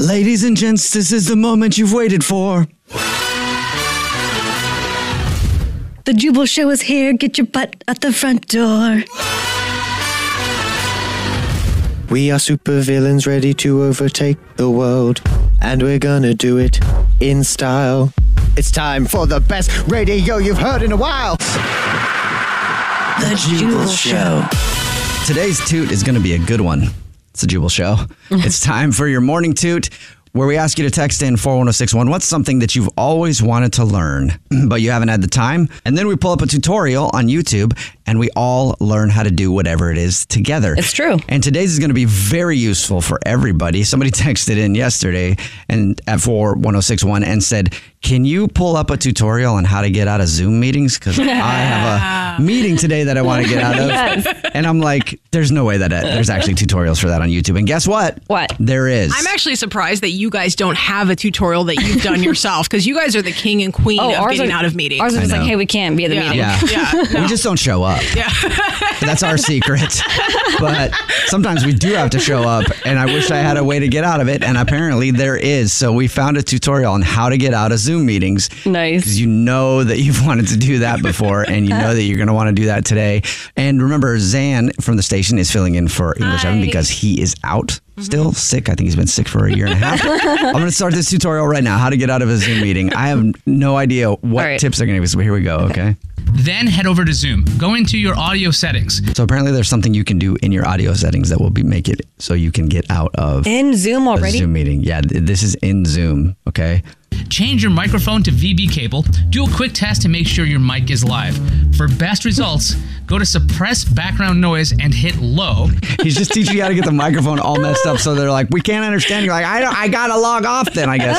Ladies and gents, this is the moment you've waited for. The Jubal Show is here. Get your butt at the front door. We are supervillains ready to overtake the world, and we're gonna do it in style. It's time for the best radio you've heard in a while. The Jubal Show. Today's toot is going to be a good one. It's a Jubal show. it's time for your morning toot, where we ask you to text in 41061. What's something that you've always wanted to learn, but you haven't had the time? And then we pull up a tutorial on YouTube and we all learn how to do whatever it is together. It's true. And today's is going to be very useful for everybody. Somebody texted in yesterday and at 41061 and said, "Can you pull up a tutorial on how to get out of Zoom meetings cuz I have a meeting today that I want to get out of." And I'm like, "There's no way that that- there's actually tutorials for that on YouTube." And guess what? What? There is. I'm actually surprised that you guys don't have a tutorial that you've done yourself because you guys are the king and queen of getting out of meetings. Oh, Ours are just like, know. hey, we can't be at the meeting. Yeah. Yeah, We just don't show up. Yeah. That's our secret. But sometimes we do have to show up, and I wish I had a way to get out of it. And apparently there is. So we found a tutorial on how to get out of Zoom meetings. Nice. Because you know that you've wanted to do that before, and you know that you're going to want to do that today. And remember, Zan from the station is filling in for English Evan because he is out. Still sick. I think he's been sick for a year and a half. I'm going to start this tutorial right now. How to get out of a Zoom meeting. I have no idea what All right. tips are going to be. So here we go. okay. Then head over to Zoom. Go into your audio settings. So apparently, there's something you can do in your audio settings that will be make it so you can get out of In Zoom a already? Zoom meeting. Yeah, th- this is in Zoom. Okay. Change your microphone to VB cable. Do a quick test to make sure your mic is live. For best results, go to suppress background noise and hit low. He's just teaching you how to get the microphone all messed up, so they're like, "We can't understand." You're like, "I don't, I gotta log off then, I guess."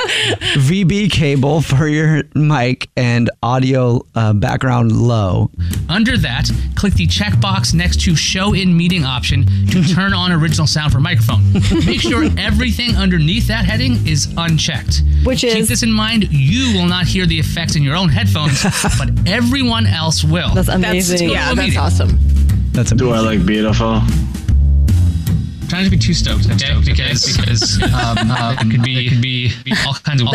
VB cable for your mic and audio uh, background low. Under that, click the checkbox next to show in meeting option to turn on original sound for microphone. Make sure everything underneath that heading is unchecked. Which Keep is- this in mind, you will not hear the effects in your own headphones, but everyone else will. That's That's, amazing. yeah, that's Meeting. awesome. That's amazing. look beautiful? trying to be too stoked. I'm stoked because because um, um, it could be it could be all kinds of Oh,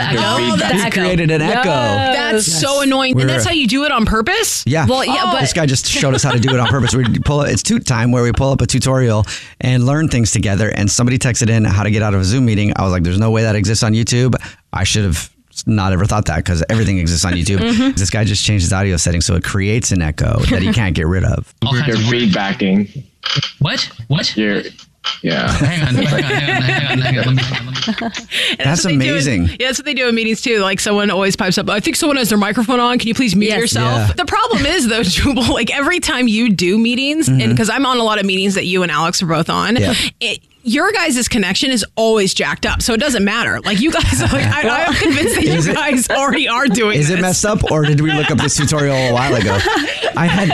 that's, He's created an echo. that's so annoying. We're- and that's how you do it on purpose? Yeah. Well, yeah, but- this guy just showed us how to do it on purpose. We pull it's toot time where we pull up a tutorial and learn things together. And somebody texted in how to get out of a Zoom meeting. I was like, "There's no way that exists on YouTube." I should have not ever thought that because everything exists on YouTube. Mm-hmm. This guy just changed his audio settings so it creates an echo that he can't get rid of. all kinds You're of feedbacking. what what. You're, yeah. Hang on, hang on, hang on, hang on, hang on. Let me, let me. And That's what they do in- amazing. yeah, that's what they do in meetings too. Like someone always pipes up, I think someone has their microphone on. Can you please mute Yes. yourself? Yeah. The problem is though, Jubal, like every time you do meetings, and because I'm on a lot of meetings that you and Alex are both on, Mm-hmm. Yeah. it, your guys' connection is always jacked up. So it doesn't matter. Like you guys are like, I, I'm convinced that Is you it- guys already are doing Is it this. messed up or did we look up this tutorial a while ago? I had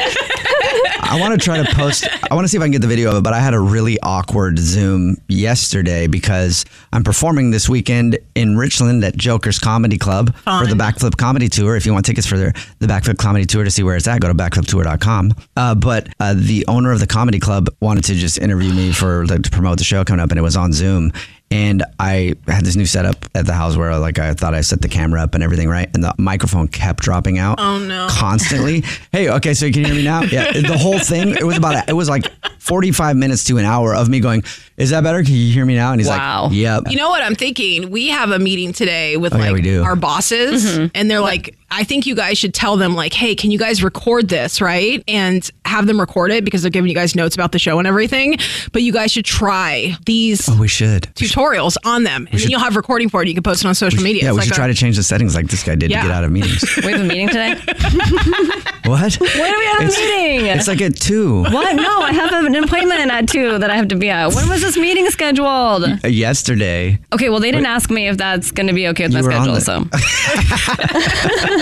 I want to try to post. I want to see if I can get the video of it. But I had a really awkward Zoom yesterday because I'm performing this weekend in Richland at Joker's Comedy Club for the Backflip Comedy Tour. If you want tickets for their, the Backflip Comedy Tour to see where it's at, go to backfliptour.com. Uh, but uh, the owner of the comedy club wanted to just interview me for like, to promote the show coming up, and it was on Zoom. And I had this new setup at the house where like I thought I set the camera up and everything right, and the microphone kept dropping out. Oh, no. Constantly. hey, okay, so you can hear me now. Yeah, the whole thing. It was about a, it was like forty five minutes to an hour of me going. Is that better? Can you hear me now? And he's like, Yep. You know what I'm thinking? We have a meeting today with Oh, yeah, like we do. our bosses, Mm-hmm. Mhm. and they're like, I think you guys should tell them like, hey, can you guys record this, right? And have them record it because they're giving you guys notes about the show and everything. But you guys should try these oh, we should. tutorials on them, and should- then you'll have recording for it. You can post it on social media. Yeah, It's we like should a- try to change the settings like this guy did Yeah. to get out of meetings. We have a meeting today. What? When are we at a It's- meeting? It's like at two. What? No, I have an appointment at two that I have to be at. When was this meeting scheduled? Uh, Yesterday. Okay, well, they didn't ask me if that's going to be okay with my You were on schedule. the-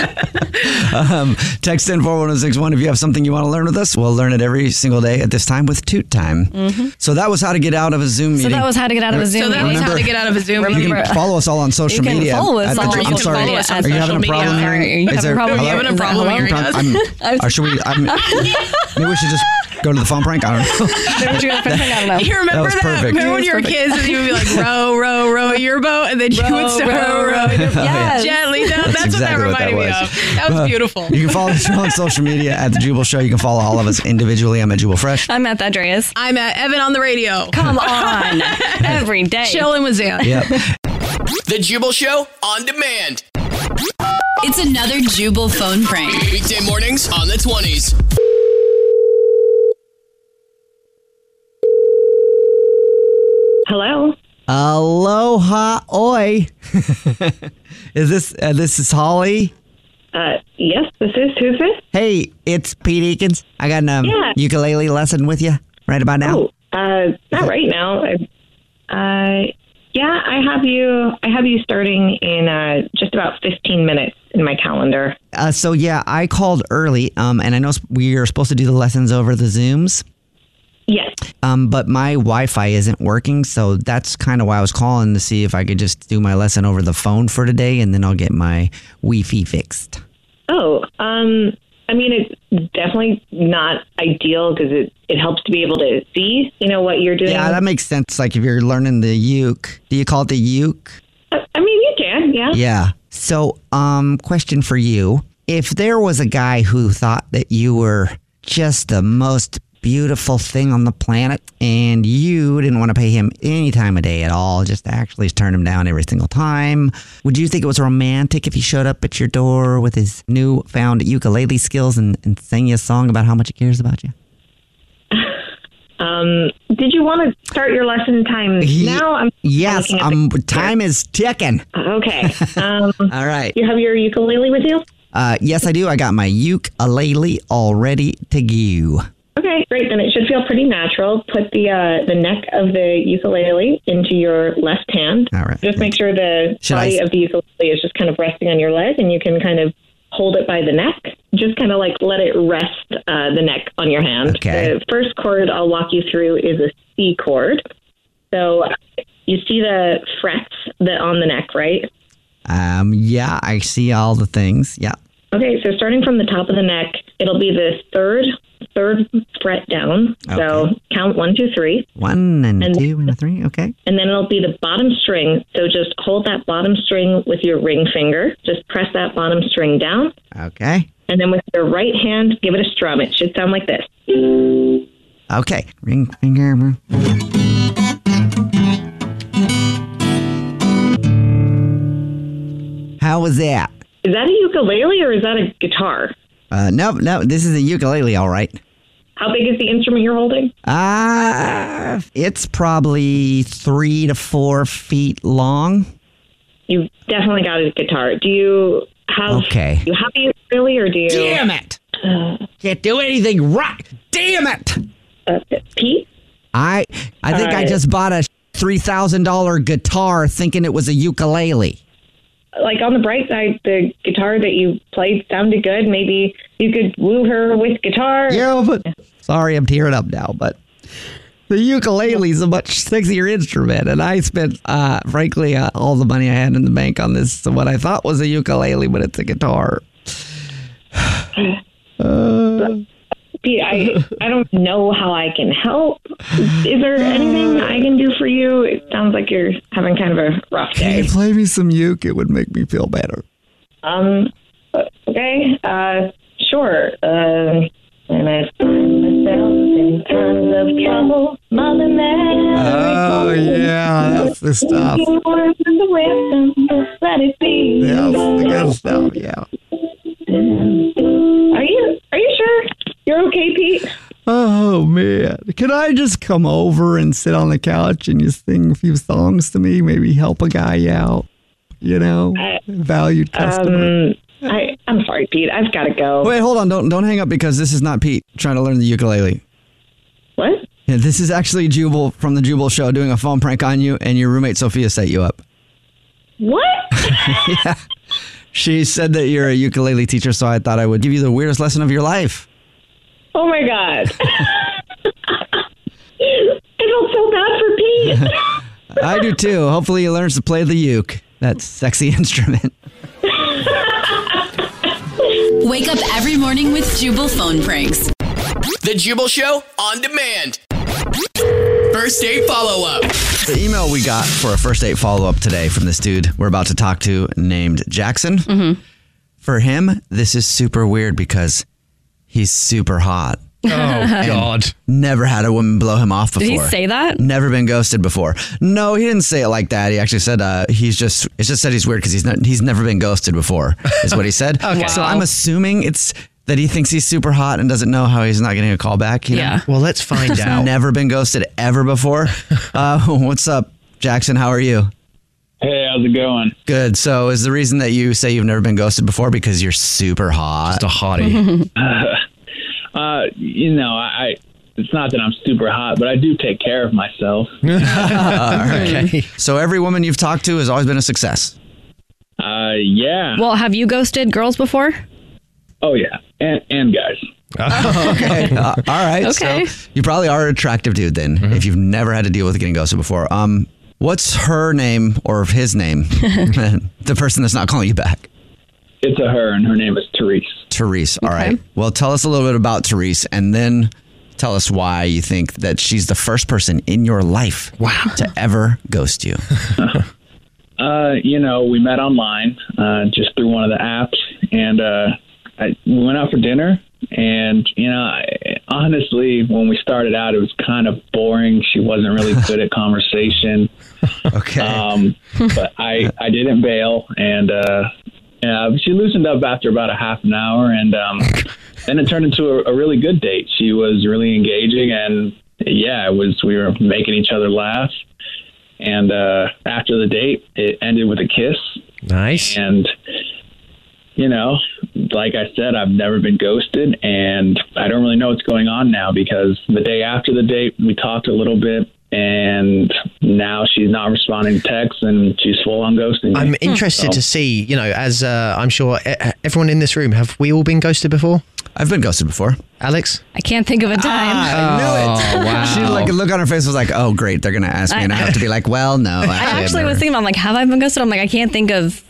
So Um, text in 41061 if you have something you want to learn with us. We'll learn it every single day at this time with Toot Time. Mhm. So that was how to get out of a Zoom So meeting. that was how to get out of a Zoom So that was meeting. how to get out of a Zoom You meeting. can follow us all on social You can media. follow us at the- all on I'm social sorry. media at Are you social having a media. problem Are hearing? you having Is a there- problem hello? hearing Is us? there hello? I'm- I'm- Or should we? I'm, maybe we should just go to the phone prank. I don't know. You remember was that? perfect. Remember when you were That was kids and you would be like, row, row, row your boat, and then you Row, would start row, row, row, row your boat. Yes. gently down. That's, That's Oh, exactly what what that that reminded me of. That was Uh, beautiful. You can follow the show on social media at the Jubal Show. You can follow all of us individually. I'm at Jubal Fresh. I'm at Andreas. I'm at Evan on the radio. Come on. Every day. Chilling with Zan. The Jubal Show on demand. It's another Jubal phone prank. Weekday mornings on the 20s. Hello. Aloha, oi. is this uh, this is Holly? Uh, yes, this is. Who's this? Hey, it's Pete Eakins. I got an um, Yeah. ukulele lesson with you right about now. Uh, not right now. I, uh, yeah, I have you. I have you starting in uh, just about fifteen minutes in my calendar. Uh, so yeah, I called early, um, and I know sp- we are supposed to do the lessons over the Zooms. Yes. Um, but my Wi-Fi isn't working, so that's kind of why I was calling to see if I could just do my lesson over the phone for today, and then I'll get my Wi-Fi fixed. Oh, um, I mean, it's definitely not ideal because it it helps to be able to see, you know, what you're doing. Yeah, that makes sense. Like if you're learning the uke, do you call it the uke? I mean, you can. Yeah. Yeah. So, um, question for you: If there was a guy who thought that you were just the most beautiful thing on the planet, and you didn't want to pay him any time of day at all, just actually turn him down every single time, would you think it was romantic if he showed up at your door with his newfound ukulele skills and, and sang you a song about how much he cares about you? Um, did you want to start your lesson time now? I'm yes. Um, time is ticking. Okay. Um, all right. You have your ukulele with you? Uh, yes, I do. I got my ukulele all ready to go. Okay, great. Then it should feel pretty natural. Put the uh, the neck of the ukulele into your left hand. All right. Just make sure the Should I body s- of the ukulele is just kind of resting on your leg, and you can kind of hold it by the neck. Just kind of like let it rest uh, the neck on your hand. Okay. The first chord I'll walk you through is a C chord. So you see the frets that on the neck, right? Um, yeah, I see all the things. Yeah. Okay, so starting from the top of the neck, it'll be the third third fret down. So count one, two, three. One and, two and a three. Okay. And then it'll be the bottom string. So just hold that bottom string with your ring finger. Just press that bottom string down. Okay. And then with your right hand, give it a strum. It should sound like this. Okay. Ring finger. How was that? Is that a ukulele or is that a guitar? Uh, no, no, this is a ukulele, all right. How big is the instrument you're holding? Uh, it's probably three to four feet long. You definitely got a guitar. Do you have Okay. you have a ukulele or do you Damn it. Can't do anything right. Damn it. Uh, Pete? I I think I Alright. just bought a three thousand dollar guitar thinking it was a ukulele. like on the bright side, the guitar that you played sounded good. Maybe you could woo her with guitar. Yeah, but Sorry, I'm tearing up now, but the ukulele is a much sexier instrument. And I spent, uh, frankly, uh, all the money I had in the bank on this, what I thought was a ukulele, but it's a guitar. Uh, Pete, I, I don't know how I can help. Is there anything I can do for you? It sounds like you're having kind of a rough Can day. you play me some uke? It would make me feel better. Um, okay, uh, sure. Uh, and I find myself in times of trouble. Mother Mary. Oh, yeah, that's the stuff. Speaking words of the wisdom, just let it be. Yeah, that's the good stuff, yeah. Are you are you sure you're okay, Pete? Oh man, can I just come over and sit on the couch and you sing a few songs to me? Maybe help a guy out, you know, Uh, valued customer. Um, I I'm sorry, Pete. I've got to go. Wait, hold on! Don't don't hang up because this is not Pete trying to learn the ukulele. What? Yeah, this is actually Jubal from the Jubal Show doing a phone prank on you, and your roommate Sophia set you up. What? yeah, she said that you're a ukulele teacher, so I thought I would give you the weirdest lesson of your life. Oh my god. I felt so bad for Pete. I do too. Hopefully, he learns to play the uke, that sexy instrument. Wake up every morning with Jubal phone pranks. The Jubal Show on demand. First date follow up. The email we got for a first date follow up today from this dude we're about to talk to named Jackson. Mm-hmm. For him, this is super weird because he's super hot. Oh, God. Never had a woman blow him off before. Did he say that? Never been ghosted before. No, he didn't say it like that. He actually said uh, he's just. It just said he's weird because he's not. He's never been ghosted before. Is what he said. Okay. So Wow. I'm assuming it's that he thinks he's super hot and doesn't know how he's not getting a call back. you know? Yeah. Well, let's find out. Never been ghosted ever before. Uh, what's up, Jackson? How are you? Hey, how's it going? Good. So, is the reason that you say you've never been ghosted before because you're super hot? Just a hottie. Uh, you know, I, I it's not that I'm super hot, but I do take care of myself. okay. So, every woman you've talked to has always been a success. Uh, yeah. Well, have you ghosted girls before? Oh yeah, and and guys. okay. Mm-hmm. Uh, all right. Okay. So you probably are an attractive dude then, if you've never had to deal with getting ghosted before. Um, what's her name or his name? the person that's not calling you back. It's a her, and her name is Therese. Therese. All right. Well, tell us a little bit about Therese, and then tell us why you think that she's the first person in your life wow. to ever ghost you. Uh, you know, we met online uh, just through one of the apps, and uh, I, we went out for dinner. And you know, I, honestly, when we started out, it was kind of boring. She wasn't really good at conversation. okay. Um, but I I didn't bail, and uh, yeah, she loosened up after about a half an hour, and um, then it turned into a, a really good date. She was really engaging, and yeah, it was we were making each other laugh. And uh, after the date, it ended with a kiss. Nice. And you know, like I said, I've never been ghosted, and I don't really know what's going on now because the day after the date, we talked a little bit, and now she's not responding to texts, and she's full on ghosting. me. I'm interested to So- see, you know, as uh, I'm sure e- everyone in this room, have we all been ghosted before? I've been ghosted before. Alex? I can't think of a time. Ah, Oh, Oh, knew it. She like a look on her face was like, "Oh, great, they're gonna ask me," and I have to be like, "Well, no." Actually, I I've actually was never." thinking about like, have I been ghosted? I'm like, I can't think of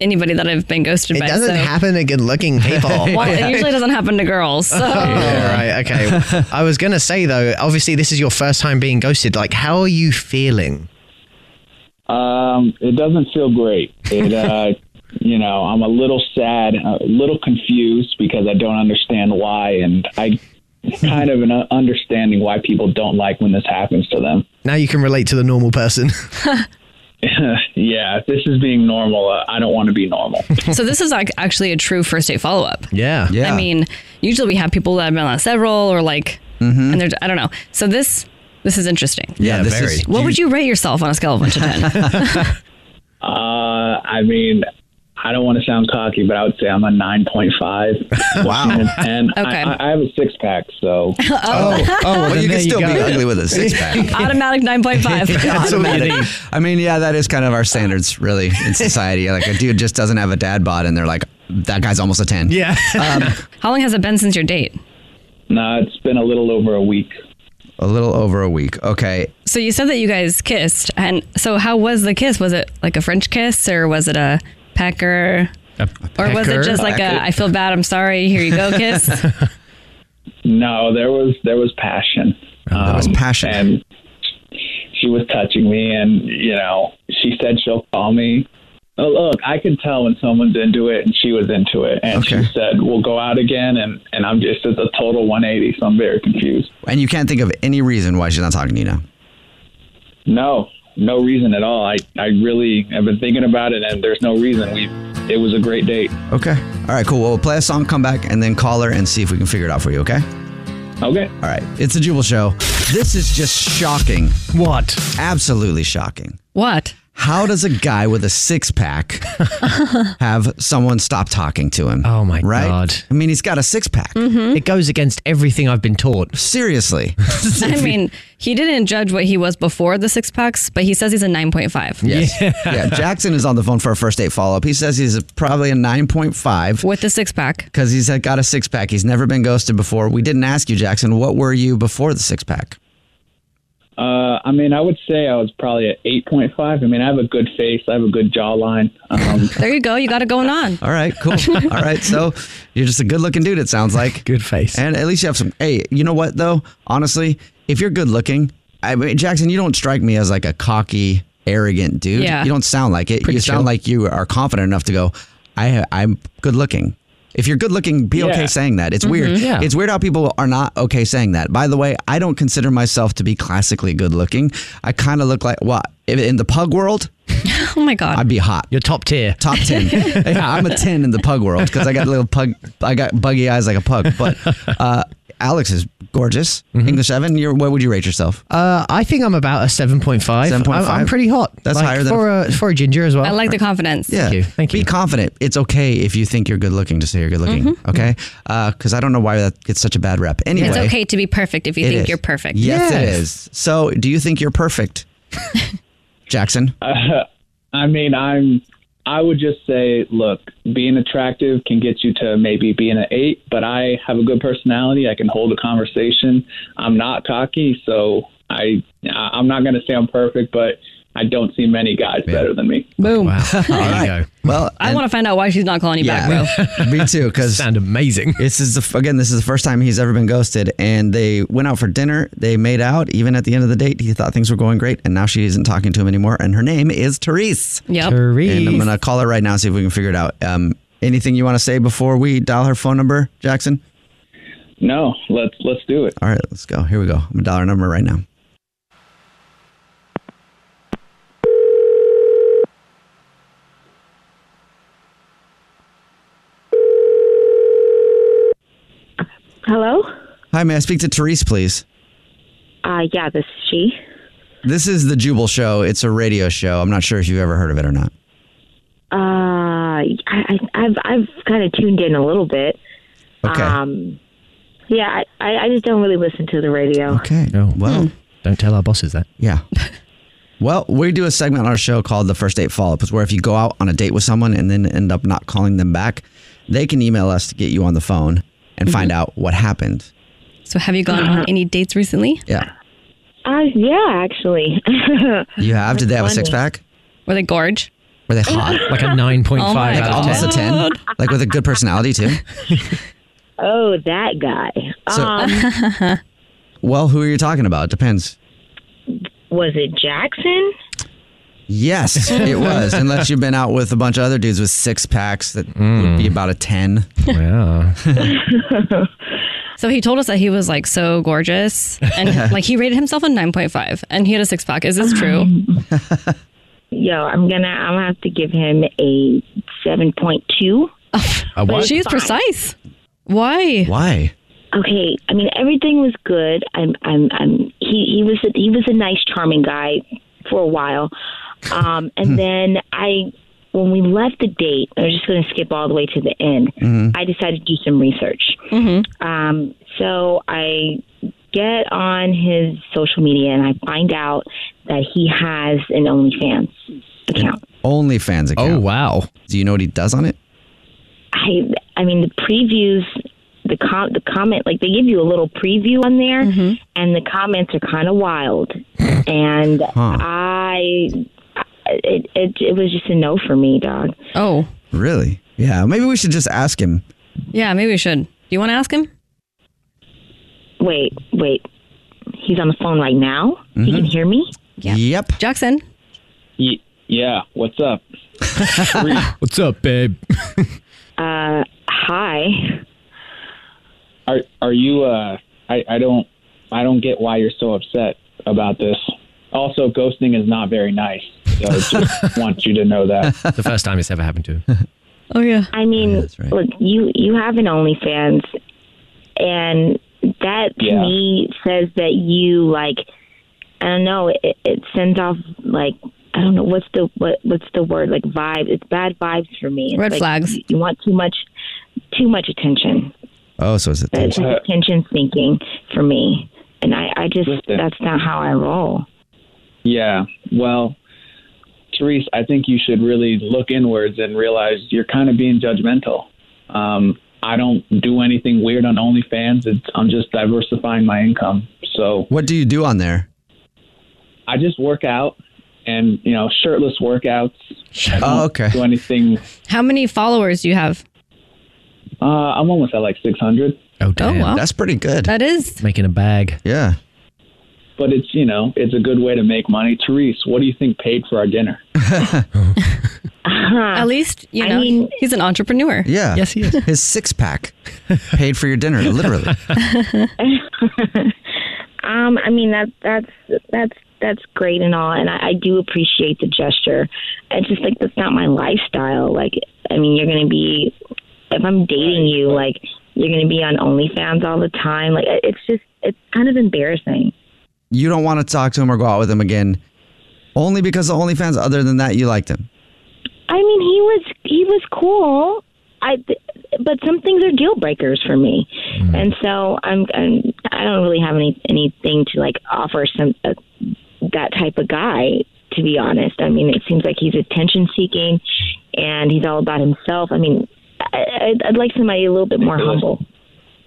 anybody that I've been ghosted It by. doesn't so- happen to good looking people. Well, it usually doesn't happen to girls. So. yeah, right. Okay. I was going to say, though, obviously, this is your first time being ghosted. Like, how are you feeling? Um, it doesn't feel great. It, uh, you know, I'm a little sad, a little confused because I don't understand why, and I kind of an understanding why people don't like when this happens to them. Now you can relate to the normal person. yeah, if this is being normal. Uh, I don't want to be normal. so this is like actually a true first date follow up. Yeah. I mean, usually we have people that have been on several or like, and they're I don't know. So this this is interesting. Yeah, this very. is- What would you rate yourself on a scale of one to ten? Oh. Uh, I mean, I don't want to sound cocky, but I would say I'm a 9.5. wow. And Okay. I, I have a six pack, so. Oh. Oh, well, then you there can you still be go. ugly with a six pack. Automatic nine point five. Automatic. I mean, yeah, that is kind of our standards, really, in society. Like a dude just doesn't have a dad bod, and they're like, "That guy's almost a ten. Um, Yeah. How long has it been since your date? No, it's been a little over a week. A little over a week. Okay. So you said that you guys kissed, and so how was the kiss? Was it like a French kiss, or was it a pecker, or was it Oh. pecker? just like a Pecker. "I feel bad, I'm sorry, here you go" kiss? No, there was there was passion. there was Oh, passion, and she was touching me, and you know, she said she'll call me. Oh, look, I could tell when someone's into it, and she was into it, and she said we'll go out again, and and I'm just it's a total 180, so I'm very confused. And you can't think of any reason why she's not talking to you now. No, no reason at all. I I really have been thinking about it, and there's no reason. We it was a great date. Okay. All right, cool. Well, we'll play a song, come back, and then call her and see if we can figure it out for you, okay? Okay. All right. It's a Jubal show. This is just shocking. What? Absolutely shocking. What? How does a guy with a six pack have someone stop talking to him? Oh my God. I mean, he's got a six pack. It goes against everything I've been taught. Seriously. I mean, he didn't judge what he was before the six packs, but he says he's a 9.5. Yes. Yeah. Jackson is on the phone for a first date follow up. He says he's probably a 9.5 with a six pack because he's had- got a six pack. He's never been ghosted before. We didn't ask you, Jackson, what were you before the six pack? Uh, I mean, I would say I was probably at 8.5. I mean, I have a good face, I have a good jawline. Um, There you go. You got it going on. All right, cool. All right, so you're just a good looking dude, it sounds like. Good face. And at least you have some. Hey, you know what, though? Honestly, if you're good looking, I mean, Jackson, you don't strike me as like a cocky, arrogant dude. Yeah. You don't sound like it. Pretty you chill. sound like you are confident enough to go, I, I'm good looking. If you're good looking, be okay Yeah. saying that. It's weird. Mhm. Yeah. It's weird how people are not okay saying that. By the way, I don't consider myself to be classically good looking. I kind of look like what? In the pug world, Oh my God. I'd be hot. You're top tier. Top ten. yeah, I'm a ten in the pug world because I got little pug. I got buggy eyes like a pug. But uh, Alex is gorgeous. English Evan, you're, what would you rate yourself? Mm-hmm. Uh, I think I'm about a 7.5. 7.5? I'm, I'm pretty hot. That's Like, higher than for a, for a ginger as well. I like the confidence. uh, Yeah. Thank you. Be confident. It's okay if you think you're good looking to say you're good looking. Mhm. Okay. Mm-hmm. Because I don't know why that gets such a bad rep. Anyway, it's okay to be perfect if you it think is. you're perfect. Yes, it is. So, do you think you're perfect, Jackson? uh, I mean, I'm. I would just say, look, being attractive can get you to maybe being an eight, but I have a good personality. I can hold a conversation. I'm not cocky, so I. I- I'm not going to say I'm perfect, but I don't see many guys better than me. Boom. go. Well, I want to find out why she's not calling you back, bro. Me too. Because sound amazing. This is the, again. This is the first time he's ever been ghosted, and they went out for dinner. They made out. Even at the end of the date, he thought things were going great, and now she isn't talking to him anymore. And her name is Therese. Yep. Therese. And I'm gonna call her right now and see if we can figure it out. Um, anything you want to say before we dial her phone number, Jackson? No, let's let's do it. All right, let's go. Here we go. I'm gonna dial her number right now. Hello? Hi, may I speak to Therese, please? Uh, yeah, this is she. This is the Jubal Show. It's a radio show. I'm not sure if you've ever heard of it or not. Uh, I, I, I've, I've kind of tuned in a little bit. Okay. Um, yeah, I, I I just don't really listen to the radio. Okay. No. Hmm. Well, don't tell our bosses that. Yeah. Well, we do a segment on our show called the First Date Follow Up. It's where if you go out on a date with someone and then end up not calling them back, they can email us to get you on the phone and find out what happened. So have you gone on any dates recently? Yeah. Uh-huh. Uh, yeah, actually. You have? Did they have a Funny. six pack? Were they gorge? Were they hot? Like a 9.5 Oh my out of Almost a 10. God. Like with a good personality, too. oh, that guy. So- um, Well, who are you talking about? Depends. was it Jackson? Yes, it was. Unless you've been out with a bunch of other dudes with six packs that would be about a 10. Yeah. So he told us that he was like so gorgeous and like he rated himself a 9.5 and he had a six pack. Is this Um, true? Yo, I'm gonna, I'm gonna have to give him a 7.2. But what? She is precise. Why? Why? Okay, I mean everything was good. I'm, I'm, I'm. He, he was, a, he was a nice, charming guy for a while, um, and then I, when we left the date, I was just going to skip all the way to the end. Mhm. I decided to do some research. Um, so I get on his social media and I find out that he has an OnlyFans. Only fans account. Oh, wow. Do you know what he does on it? I, I mean the previews the com- the comment like they give you a little preview on there, Mm-hmm. and the comments are kind of wild, and I it, it it was just a no for me, dog. Oh, Really? Yeah. Maybe we should just ask him. yeah, maybe we should. Do you want to ask him? Wait, wait. He's on the phone right now. He can hear me. Yeah. Yep. Jackson. Y- yeah, what's up? What's up, babe? Uh, hi. Are are you? Uh, I I don't I don't get why you're so upset about this. Also, ghosting is not very nice. So just want you to know that. the first time it's ever happened to him. Oh yeah. I mean, look, you you have an OnlyFans, and that to Yeah. me says that you like. I don't know. It, it sends off like I don't know what's the what what's the word like vibe. It's bad vibes for me. It's Red like flags. You, you want too much, too much attention. Oh, so is it? It's like attention seeking for me, and I I just that's not how I roll. Yeah. Well, Therese, I think you should really look inwards and realize you're kind of being judgmental. Um, I don't do anything weird on OnlyFans. It's, I'm just diversifying my income. So What do you do on there? I just work out and, you know, shirtless workouts. I don't Oh, okay. Do anything. How many followers do you have? Uh, I'm almost at like 600. Oh, damn. wow. That's pretty good. That is. Making a bag. Yeah. But it's, you know, it's a good way to make money. Therese, what do you think paid for our dinner? Uh-huh. At least you know he's an entrepreneur. Yeah. Yes, he is. His six pack paid for your dinner, literally. Um, I mean that that's that's that's great and all, and I, I do appreciate the gesture. It's just like that's not my lifestyle. Like, I mean, you're gonna be if I'm dating you, like you're gonna be on OnlyFans all the time. Like, it- it's just it's kind of embarrassing. you don't want to talk to him or go out with him again, only because of OnlyFans. Other than that, you liked him. I mean, he was he was cool. I but some things are deal breakers for me, and so I'm, I'm I don't really have any anything to like offer some uh, that type of guy. To be honest, I mean, it seems like he's attention seeking, and he's all about himself. I mean, I, I'd, I'd like somebody a little bit more humble.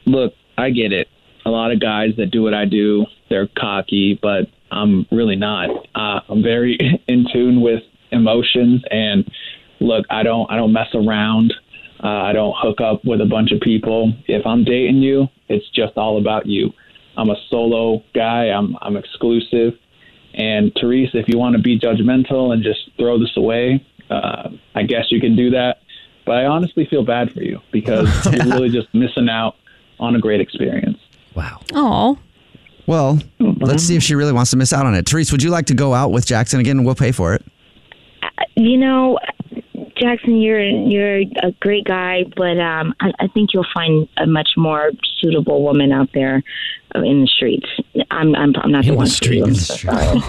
Look, I get it. A lot of guys that do what I do, they're cocky, but I'm really not. Uh, I'm very in tune with emotions, and look, I don't, I don't mess around. Uh, I don't hook up with a bunch of people. If I'm dating you, it's just all about you. I'm a solo guy. I'm, I'm exclusive. And Therese, if you want to be judgmental and just throw this away, uh, I guess you can do that. But I honestly feel bad for you because you're really just missing out on a great experience. Oh. Well, let's see if she really wants to miss out on it. Therese, would you like to go out with Jackson again? We'll pay for it. You know, Jackson, you're you're a great guy, but um, I, I think you'll find a much more suitable woman out there uh, in the streets. I'm I'm, I'm not the one for you. I'm so sorry.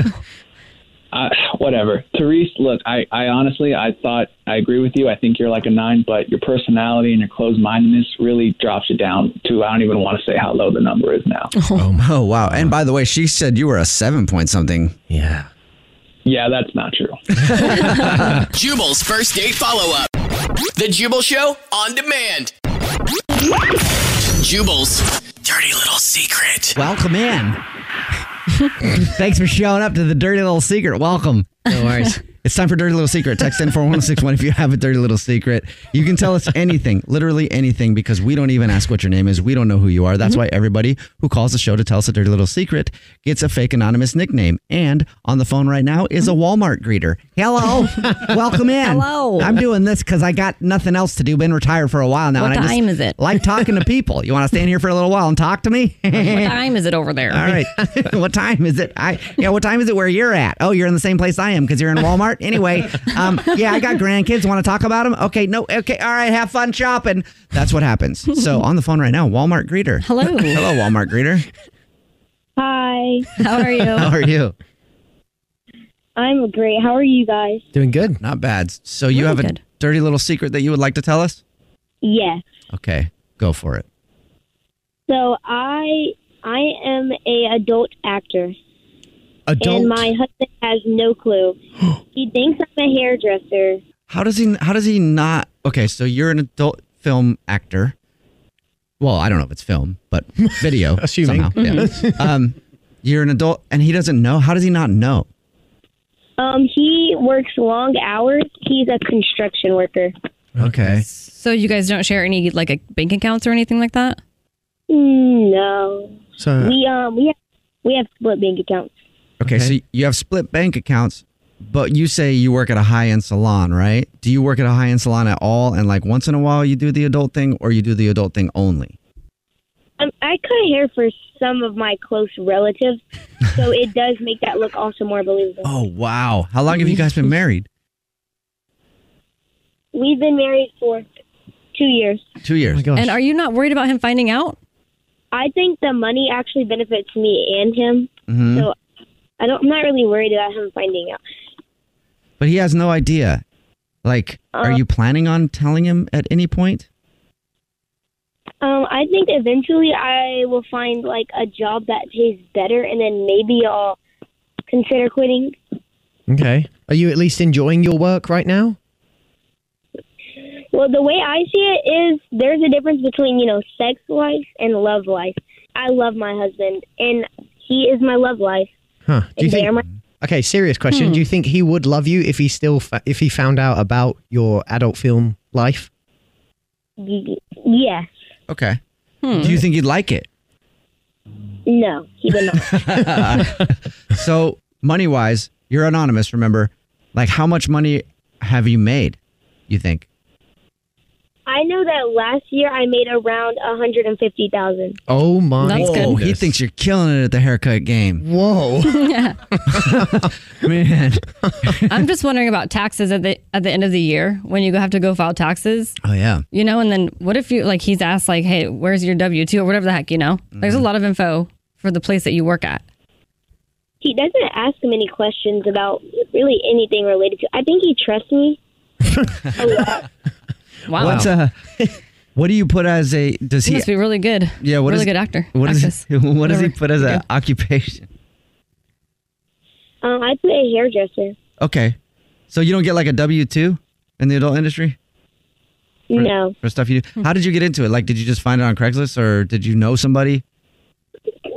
Uh, whatever. Therese, look, I, I honestly, I thought, I agree with you. I think you're like a nine, but your personality and your closed mindedness really drops you down to, I don't even want to say how low the number is now. Oh, wow. And by the way, she said you were a seven point something. Yeah. Yeah, that's not true. Jubal's first date follow up. The Jubal Show on demand. Jubal's dirty little secret. Welcome in. Thanks for showing up to the Dirty Little Secret. Welcome. No worries. It's time for Dirty Little Secret. Text in 41061 if you have a dirty little secret. You can tell us anything, literally anything, because we don't even ask what your name is. We don't know who you are. Mm-hmm. That's why everybody who calls the show to tell us a dirty little secret gets a fake anonymous nickname. And on the phone right now is a Mm-hmm. Walmart greeter. Hello. Welcome in. Hello. I'm doing this because I got nothing else to do. Been retired for a while now. What and I time is it? Like talking to people. You want to stand here for a little while and talk to me? what time is it over there? All right. what time is it? I yeah. What time is it where you're at? Oh, you're in the same place I am because you're in Walmart. Anyway, um, yeah, I got grandkids. Want to talk about them? Okay. No. Okay. All right. Have fun shopping. That's what happens. So on the phone right now, Walmart greeter. Hello. Hello, Walmart greeter. Hi. How are you? How are you? I'm great. How are you guys? Doing good. Not bad. So you have a dirty little secret that you would like to tell us? Yes. Okay, go for it. So I I am a adult actor. Adult? And my husband has no clue. he thinks I'm a hairdresser. How does he? How does he not? Okay, so you're an adult film actor, Well, I don't know if it's film, but video Assuming. somehow. Yeah. Mm-hmm. Mhm. um, you're an adult, and he doesn't know. How does he not know? Um, he works long hours. He's a construction worker. Okay. So you guys don't share any like a bank accounts or anything like that? Mm, No. Uh, So- we um we have we have split bank accounts. Okay, so you have split bank accounts, but you say you work at a high end salon, right? Do you work at a high end salon at all? And like once in a while you do the adult thing or you do the adult thing only? Um, I cut hair for some of my close relatives, so it does make that look also more believable. Oh, wow. How long have you guys been married? We've been married for two years. Two years. And are you not worried about him finding out? I think the money actually benefits me and him, Mhm. so I don't. I'm not really worried about him finding out. But he has no idea. Like, are Uh, you planning on telling him at any point? Um, I think eventually I will find like a job that pays better, and then maybe I'll consider quitting. Okay. Are you at least enjoying your work right now? Well, the way I see it is there's a difference between, you know, sex life and love life. I love my husband, and he is my love life. Huh. Do you They are think? my- Okay, serious question. Hmm. Do you think he would love you if he still fa- if he found out about your adult film life? y- yes. Okay. Do you think he'd like it? No, he did not. Uh, so, money wise, you're anonymous, remember? Like, how much money have you made, you think? I know that last year I made around 150000 Oh my! That's Whoa, good. He thinks you're killing it at the haircut game. Whoa, oh. man! I'm just wondering about taxes at the at the end of the year when you have to go file taxes. Oh yeah. You know, and then what if you like he's asked like, "Hey, where's your W two or whatever the heck?" You know, there's Mm-hmm. a lot of info for the place that you work at. He doesn't ask many questions about really anything related to I think he trusts me. Wow. What's uh, what do you put as a? Does He he? must be really good. yeah. What really is- good actor. What is actress. What does he Whatever. put as an occupation? Um, I put a hairdresser. Okay. So you don't get like a W two in the adult industry For- No. for stuff you Hmm. do. How did you get into it? Like, did you just find it on Craigslist, or did you know somebody?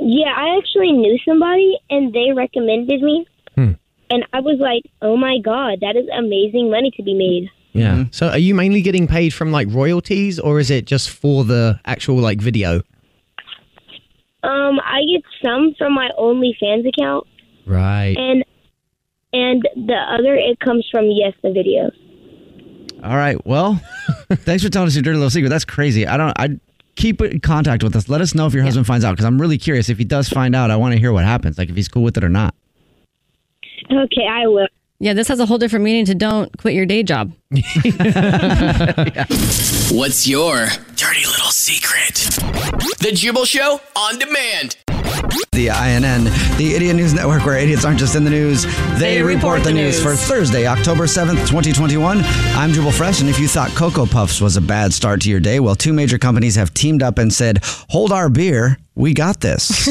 Yeah, I actually knew somebody and they recommended me. Hmm. And I was like, oh my God, that is amazing money to be made. Yeah. Mm-hmm. So, are you mainly getting paid from like royalties, or is it just for the actual like video? Um, I get some from my OnlyFans account, Right. and and the other it comes from Yes the videos. All right. Well, thanks for telling us your dirty little secret. That's crazy. I don't. I keep in contact with us. Let us know if your husband finds out because I'm really curious. If he does find out, I want to hear what happens. Like if he's cool with it or not. Okay, I will. Yeah, this has a whole different meaning to don't quit your day job. What's your dirty little secret? The Jubal Show on demand. The INN, the Idiot News Network, where idiots aren't just in the news, they, report, the, news. for Thursday, October 7th, 2021. I'm Jubal Fresh, and if you thought Cocoa Puffs was a bad start to your day, well, two major companies have teamed up and said, Hold our beer, we got this.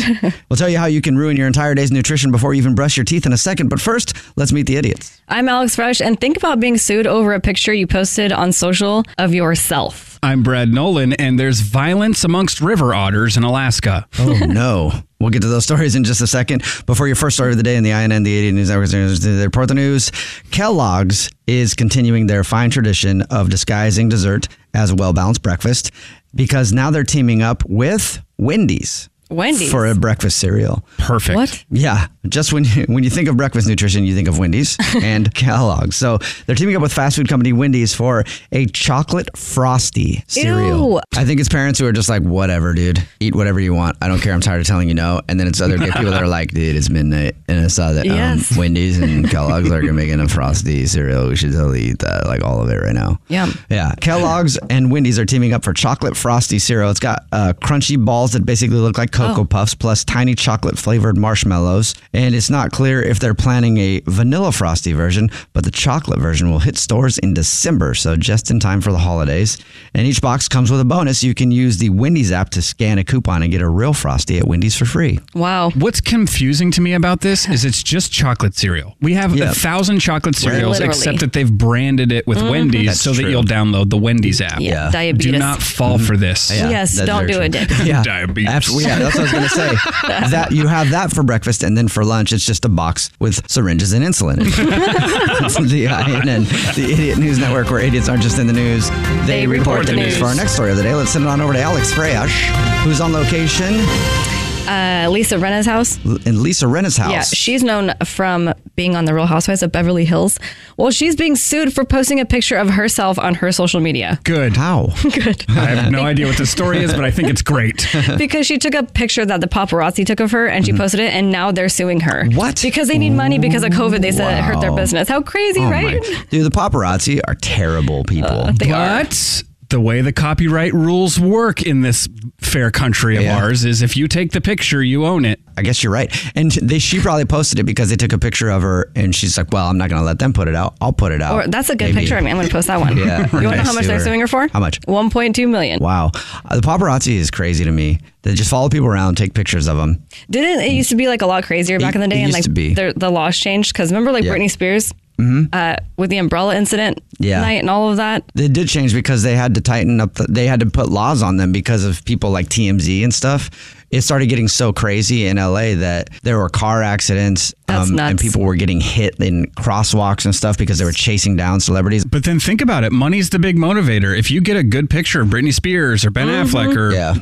we'll tell you how you can ruin your entire day's nutrition before you even brush your teeth in a second, but first, let's meet the idiots. I'm Alex Fresh, and think about being sued over a picture you posted on social of yourself. I'm Brad Nolan, and there's violence amongst river otters in Alaska. Oh no. We'll get to those stories in just a second. Before your first story of the day in the INN, the 80 News Network, they report the news. Kellogg's is continuing their fine tradition of disguising dessert as a well balanced breakfast because now they're teaming up with Wendy's. Wendy's. for a breakfast cereal. Perfect. What? Yeah, just when you, when you think of breakfast nutrition, you think of Wendy's and Kellogg's. So they're teaming up with fast food company Wendy's for a chocolate frosty cereal. Ew. I think it's parents who are just like, whatever, dude, eat whatever you want. I don't care. I'm tired of telling you no. And then it's other gay people that are like, dude, it's midnight, and I saw that Yes. um, Wendy's and Kellogg's are making a frosty cereal. We should totally eat that, like all of it right now. Yum. Yeah, Kellogg's and Wendy's are teaming up for chocolate frosty cereal. It's got uh, crunchy balls that basically look like Cocoa Puffs plus tiny chocolate flavored marshmallows. And it's not clear if they're planning a vanilla frosty version, but the chocolate version will hit stores in December, so just in time for the holidays. And each box comes with a bonus. You can use the Wendy's app to scan a coupon and get a real frosty at Wendy's for free. Wow. What's confusing to me about this is it's just chocolate cereal. We have Yeah. a thousand chocolate Right. cereals, Literally. except that they've branded it with Mhm. Wendy's That's so true. that you'll download the Wendy's app. Yeah, Yeah. diabetes. Do not fall for this. Yeah, Yes, that's don't very do true. it, Dick. Yeah. diabetes. Absolutely. Yeah, that's what I was going to say. That you have that for breakfast, and then for lunch, it's just a box with syringes and insulin. in it. From the INN, the Idiot News Network, where idiots aren't just in the news, they, report, the news. For our next story of the day, let's send it on over to Alex Freyash, who's on location Uh, Lisa Renna's house. in Lisa Renna's house. Yeah, she's known from being on The Real Housewives of Beverly Hills. Well, she's being sued for posting a picture of herself on her social media. Good. How? Good. I have no idea what this story is, but I think it's great. Because she took a picture that the paparazzi took of her and Mm-hmm. she posted it, and now they're suing her. What? Because they need money because of COVID. They said it hurt their Wow. business. How crazy, Oh my- right? Uh, Dude, the paparazzi are terrible people. they are. but the way the copyright rules work in this fair country of ours is if you take the picture, you own it. I guess you're right. And they, she probably posted it because they took a picture of her, and she's like, "Well, I'm not going to let them put it out. I'll put it out." Or that's a good Maybe. picture. I mean, I'm going to post that one. Yeah. You want to know how Sue much they're her. suing her for? How much? 1.2 million. Wow, Uh, the paparazzi is crazy to me. They just follow people around, take pictures of them. Didn't it used to be like a lot crazier back in the day? it and used like to be. The, the laws changed because remember like Yeah. Britney Spears Mhm. uh, with the umbrella incident Yeah. night and all of that. They did change because they had to tighten up. The, they had to put laws on them because of people like TMZ and stuff. It started getting so crazy in LA that there were car accidents um, and nuts. people were getting hit in crosswalks and stuff because they were chasing down celebrities. But then think about it. Money's the big motivator. If you get a good picture of Britney Spears or Ben Mm-hmm. Affleck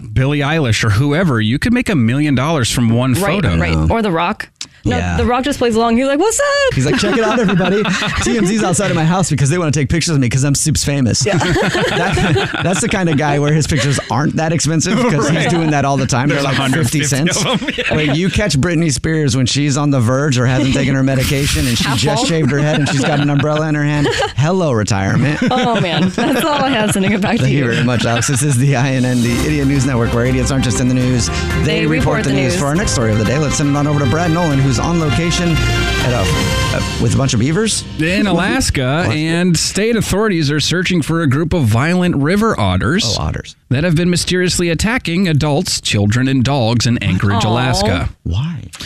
or Billie Eilish or whoever, you could make a million dollars from one Right, photo. right. Or The Rock. No, Yeah. The Rock just plays along. He's like, "What's up?" He's like, check it out, everybody. TMZ's outside of my house because they want to take pictures of me because I'm soups famous. That- that's the kind of guy where his pictures aren't that expensive because Right. he's doing that all the time. There's They're like 50 150 cents. of 'em, yeah. Wait, you catch Britney Spears when she's on the verge or hasn't taken her medication and she Half just full. shaved her head and she's got an umbrella in her hand. Hello, retirement. Oh man, that's all I have. Sending it back to Thank you you. very much, Alex. This is the INN, the Idiot News Network, where idiots aren't just in the news, they, They report, report the, the news. news. For our next story of the day, let's send it on over to Brad Nolan, who's on location at a, uh, with a bunch of beavers In Alaska, and state authorities are searching for a group of violent river otters, Oh, otters that have been mysteriously attacking adults, children, and dogs in Anchorage, Aw. Alaska.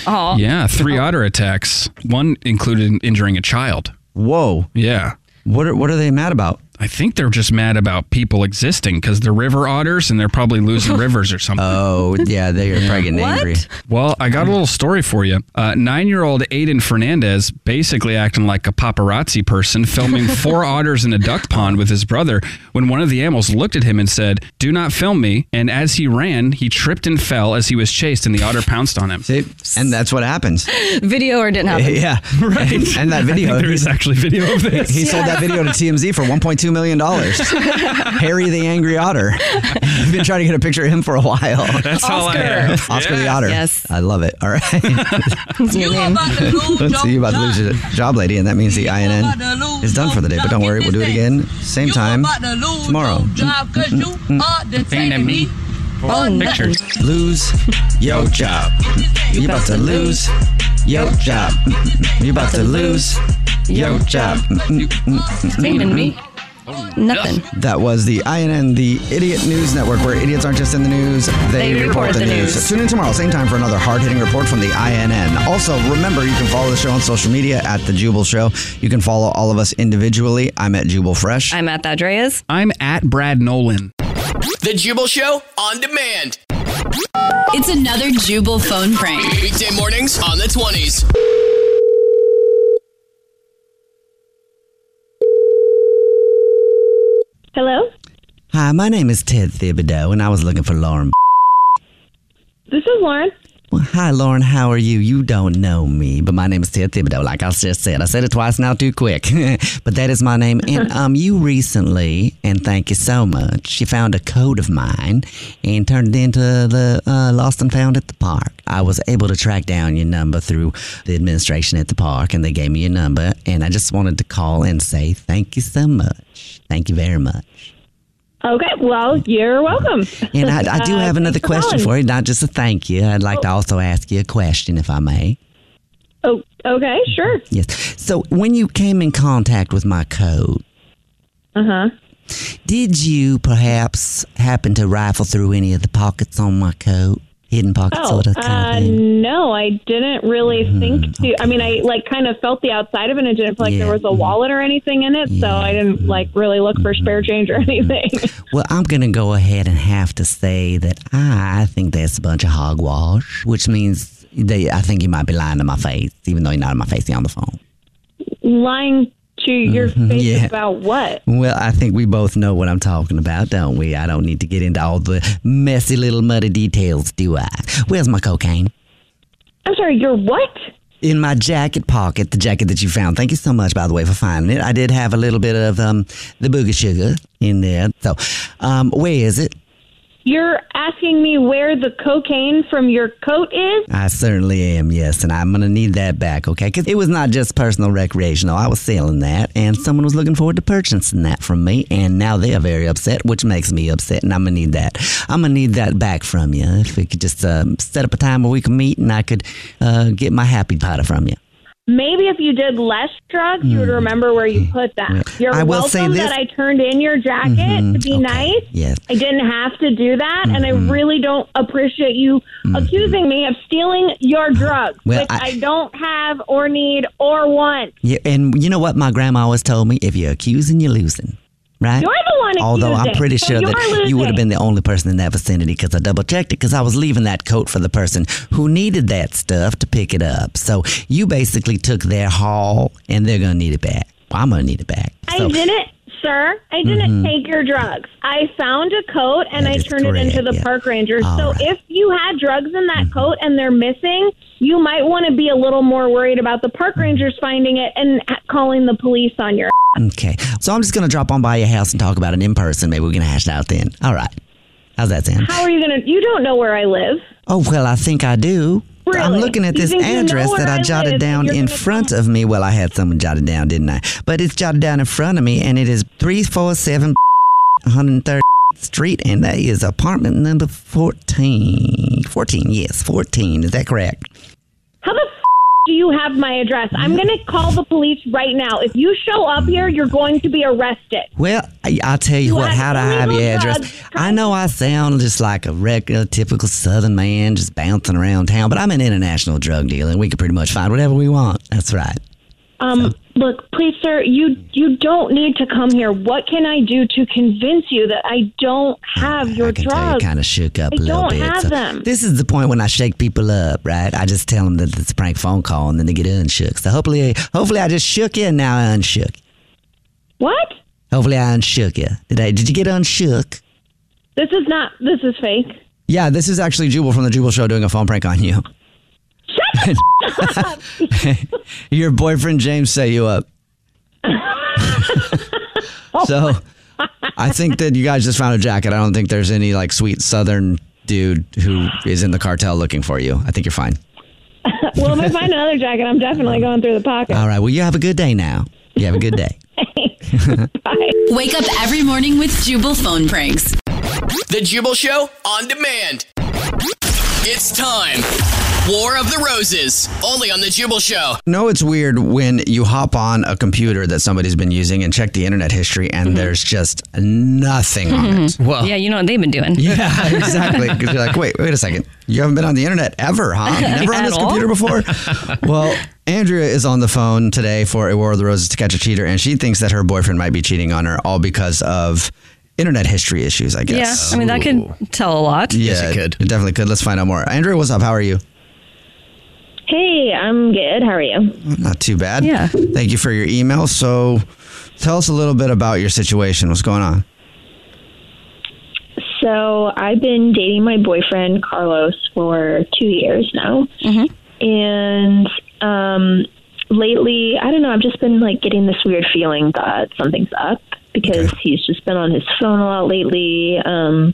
Oh, Yeah, three otter attacks. One included injuring a child. Whoa. Yeah. What are, what are they mad about? I think they're just mad about people existing because they're river otters and they're probably losing rivers or something. Oh, yeah, they're probably getting What? angry. Well, I got a little story for you. Uh, Nine year old Aiden Fernandez, basically acting like a paparazzi person, filming four otters in a duck pond with his brother when one of the animals looked at him and said, Do not film me. And as he ran, he tripped and fell as he was chased, and the otter pounced on him. See? And that's what happens. Video or didn't happen. Yeah, right. And, and that video. there is actually video of this. He sold that video to TMZ for 1.2 million dollars. Harry the Angry Otter. I've been trying to get a picture of him for a while. That's all I Oscar. have. Oscar the Yes. Otter. Yes. I love it. All right. It's new name. Let's see you about to lose your job, lady, and that means the INN is done for the day. But don't worry, we'll do it again same time tomorrow. Mm-hmm. Lose your job. You about to lose your job. You about to lose your job. Mm-hmm. Abandon me. Nothing. That was the INN, the Idiot News Network, where idiots aren't just in the news, they, report, the, news. Tune in tomorrow, same time, for another hard hitting report from the INN. Also, remember, you can follow the show on social media at The Jubal Show. You can follow all of us individually. I'm at Jubal Fresh. I'm at that Dreas. I'm at Brad Nolan. The Jubal Show on demand. It's another Jubal phone prank. Weekday mornings on the 20s. Hello, Hi, my name is Ted Thibodeau, and I was looking for Lauren. this is Lauren. Well, hi, Lauren. How are you? You don't know me, but my name is Ted Thibodeau. Like I just said, I said it twice now, too quick. but that is my name. And um, you recently, and thank you so much, you found a coat of mine and turned it into the uh, lost and found at the park. I was able to track down your number through the administration at the park, and they gave me your number. And I just wanted to call and say thank you so much. Thank you very much. Okay, well, you're welcome. And I, I Uh, do have another question for you, not just a thank you. I'd like to also ask you a question, if I may. Oh, okay, sure. Yes. So, when you came in contact with my code, Uh huh. did you perhaps happen to rifle through any of the pockets on my coat, hidden pockets, Oh, or that kind uh, of thing? Mm-hmm. no, I didn't really think to. I mean, I like kind of felt the outside of it and didn't feel like Yeah. Mm-hmm. there was a wallet or anything in it, so I didn't like really look for spare change or anything. Well, I'm going to go ahead and have to say that I think that's a bunch of hogwash, which means they, I think you might be lying to my face, even though you're not in my face, you're on the phone. Lying to your Mhm, face yeah. about what? Well, I think we both know what I'm talking about, don't we? I don't need to get into all the messy little muddy details, do I? Where's my cocaine? I'm sorry, you're what? In my jacket pocket, the jacket that you found. Thank you so much, by the way, for finding it. I did have a little bit of um, the booger sugar in there. So, um, where is it? You're asking me where the cocaine from your coat is? I certainly am, yes, and I'm going to need that back, okay? Because it was not just personal recreational. I was selling that, and someone was looking forward to purchasing that from me, and now they are very upset, which makes me upset, and I'm going to need that. I'm going to need that back from you. If we could just um, set up a time where we can meet and I could uh, get my happy powder from you. Maybe if you did less drugs, you would remember where you put them. You're Mm-hmm. I will welcome say this- Mm-hmm. that I turned in your jacket to be nice. Yes. Mm-hmm. I didn't have to do that, and I really don't appreciate you accusing me of stealing your drugs, Uh-huh. Well, which I- I, don't have or need or want. Yeah, and you know what my grandma always told me? If you're accusing, you're losing. Right? You're the one Although I'm accusing, pretty so sure that you're you would have losing. been the only person in that vicinity because I double checked it because I was leaving that coat for the person who needed that stuff to pick it up. So you basically took their haul and they're going to need it back. Well, I'm going to need it back. I didn't, sir. I didn't Mhm. take your drugs. I found a coat and I turned it into the park ranger. All Mm-hmm. so if you had drugs in that coat and they're missing, you might want to be a little more worried about the Mm-hmm. park rangers finding it and calling the police on your. Okay. So I'm just going to drop on by your house and talk about it in person. Maybe we can hash it out then. All right. How's that sound? How are you gonna? You don't know where I live. Oh, well, I think I do. I'm Really? looking at You this think you know address where that I I jotted live, down you're in gonna front of me. Well, I had someone jotted down, didn't I? But it's jotted down in front of me, and it is 347 130th Street, and that is apartment number 14. 14, yes, 14. Is that correct? How the f- do you have my address? I'm gonna call the police right now. If you show up here, you're going to be arrested. Well, I, I'll tell you, what, how do I have your address? I know I sound just like a regular, typical Southern man just bouncing around town, but I'm an international drug dealer, and we can pretty much find whatever we want. That's right. Um, look, please, sir. You you don't need to come here. What can I do to convince you that I don't have your I drugs? kind of shook up I a little don't bit. have them. This is the point when I shake people up, right? I just tell them that it's a prank phone call, and then they get unshook. So hopefully, hopefully, I just shook you, and now I unshook. What? Hopefully, I unshook you. Did I? Did you get unshook? This is not. This is fake. Yeah, this is actually Jubal from the Jubal Show doing a phone prank on you. Shut Your boyfriend James set you up. so, I think that you guys just found a jacket. I don't think there's any like sweet Southern dude who is in the cartel looking for you. I think you're fine. well, if I find another jacket, I'm definitely going through the pocket. All right. Well, you have a good day now. You have a good day. Wake up every morning with Jubal phone pranks. The Jubal Show on demand. It's time. War of the Roses, only on The Jubal Show. No, it's weird when you hop on a computer that somebody's been using and check the internet history, and there's just nothing on it. Well, Yeah, you know what they've been doing. Yeah, exactly. Because you're like, wait, wait a second. You haven't been on the internet ever, huh? Never on At this all? computer before? well, Andrea is on the phone today for A War of the Roses to catch a cheater, and she thinks that her boyfriend might be cheating on her all because of internet history issues, I guess. Yeah, I mean that could tell a lot. Yeah, it could. It definitely could. Let's find out more. Andrea, what's up? How are you? Hey, I'm good. How are you? Not too bad. Yeah. Thank you for your email. So tell us a little bit about your situation. What's going on? So I've been dating my boyfriend Carlos for two years now, and um, lately, I don't know. I've just been like getting this weird feeling that something's up because he's just been on his phone a lot lately, um,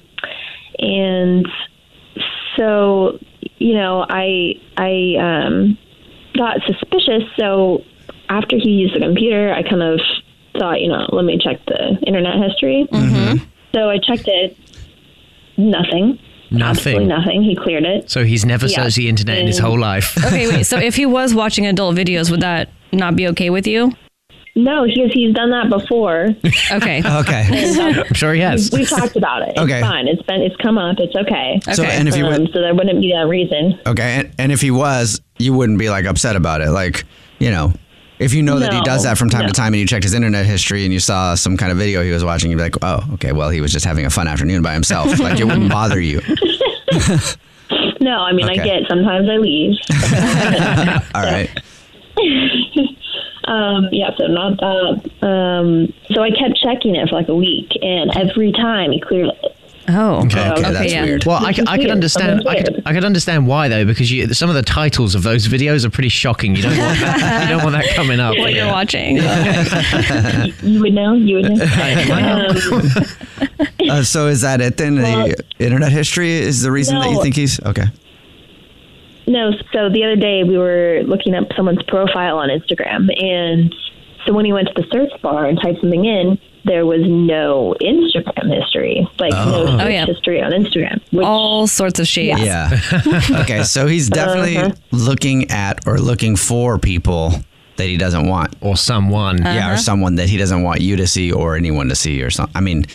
and so you know, I I um, got suspicious. So after he used the computer, I kind of thought, you know, let me check the internet history. So I checked it. Nothing. Absolutely Nothing. nothing. He cleared it. So he's never Yeah. searched the internet in his And- whole life. Mm. Okay, wait. So if he was watching adult videos, would that not be okay with you? No, because he's done that before. Okay. And- I'm sure he has. We, we talked about it. It's Okay. fine. It's been it's come up. It's okay. So, Okay. and if you um, went- so there wouldn't be that reason. Okay, and, and if he was, you wouldn't be like upset about it. Like, you know, if you know that he No, does that from time no. to time, and you checked his internet history, and you saw some kind of video he was watching, you'd be like, oh, okay, well, he was just having a fun afternoon by himself. like, it wouldn't bother you. No, I mean I Okay. get sometimes I leave. All right. um, yeah, so not that. Um, so I kept checking it for like a week, and every time he cleared it. Oh, Okay, okay, that's weird. Well, I, This is c- I could weird. understand. Something's I could, I could understand why though, because you, some of the titles of those videos are pretty shocking. You don't want that, you don't want that coming up. What you're watching. You would know. You would know. Um, Uh, so is that it then? the internet history is the reason that you No. think he's okay. No, so the other day we were looking up someone's profile on Instagram, and so when he went to the search bar and typed something in, there was no Instagram history, like Oh. no search Oh, yeah. history on Instagram. Which, All sorts of shit. Yeah. okay, so he's definitely Uh-huh. looking at or looking for people that he doesn't want, or someone, yeah, Uh-huh. or someone that he doesn't want you to see or anyone to see, or something. I mean,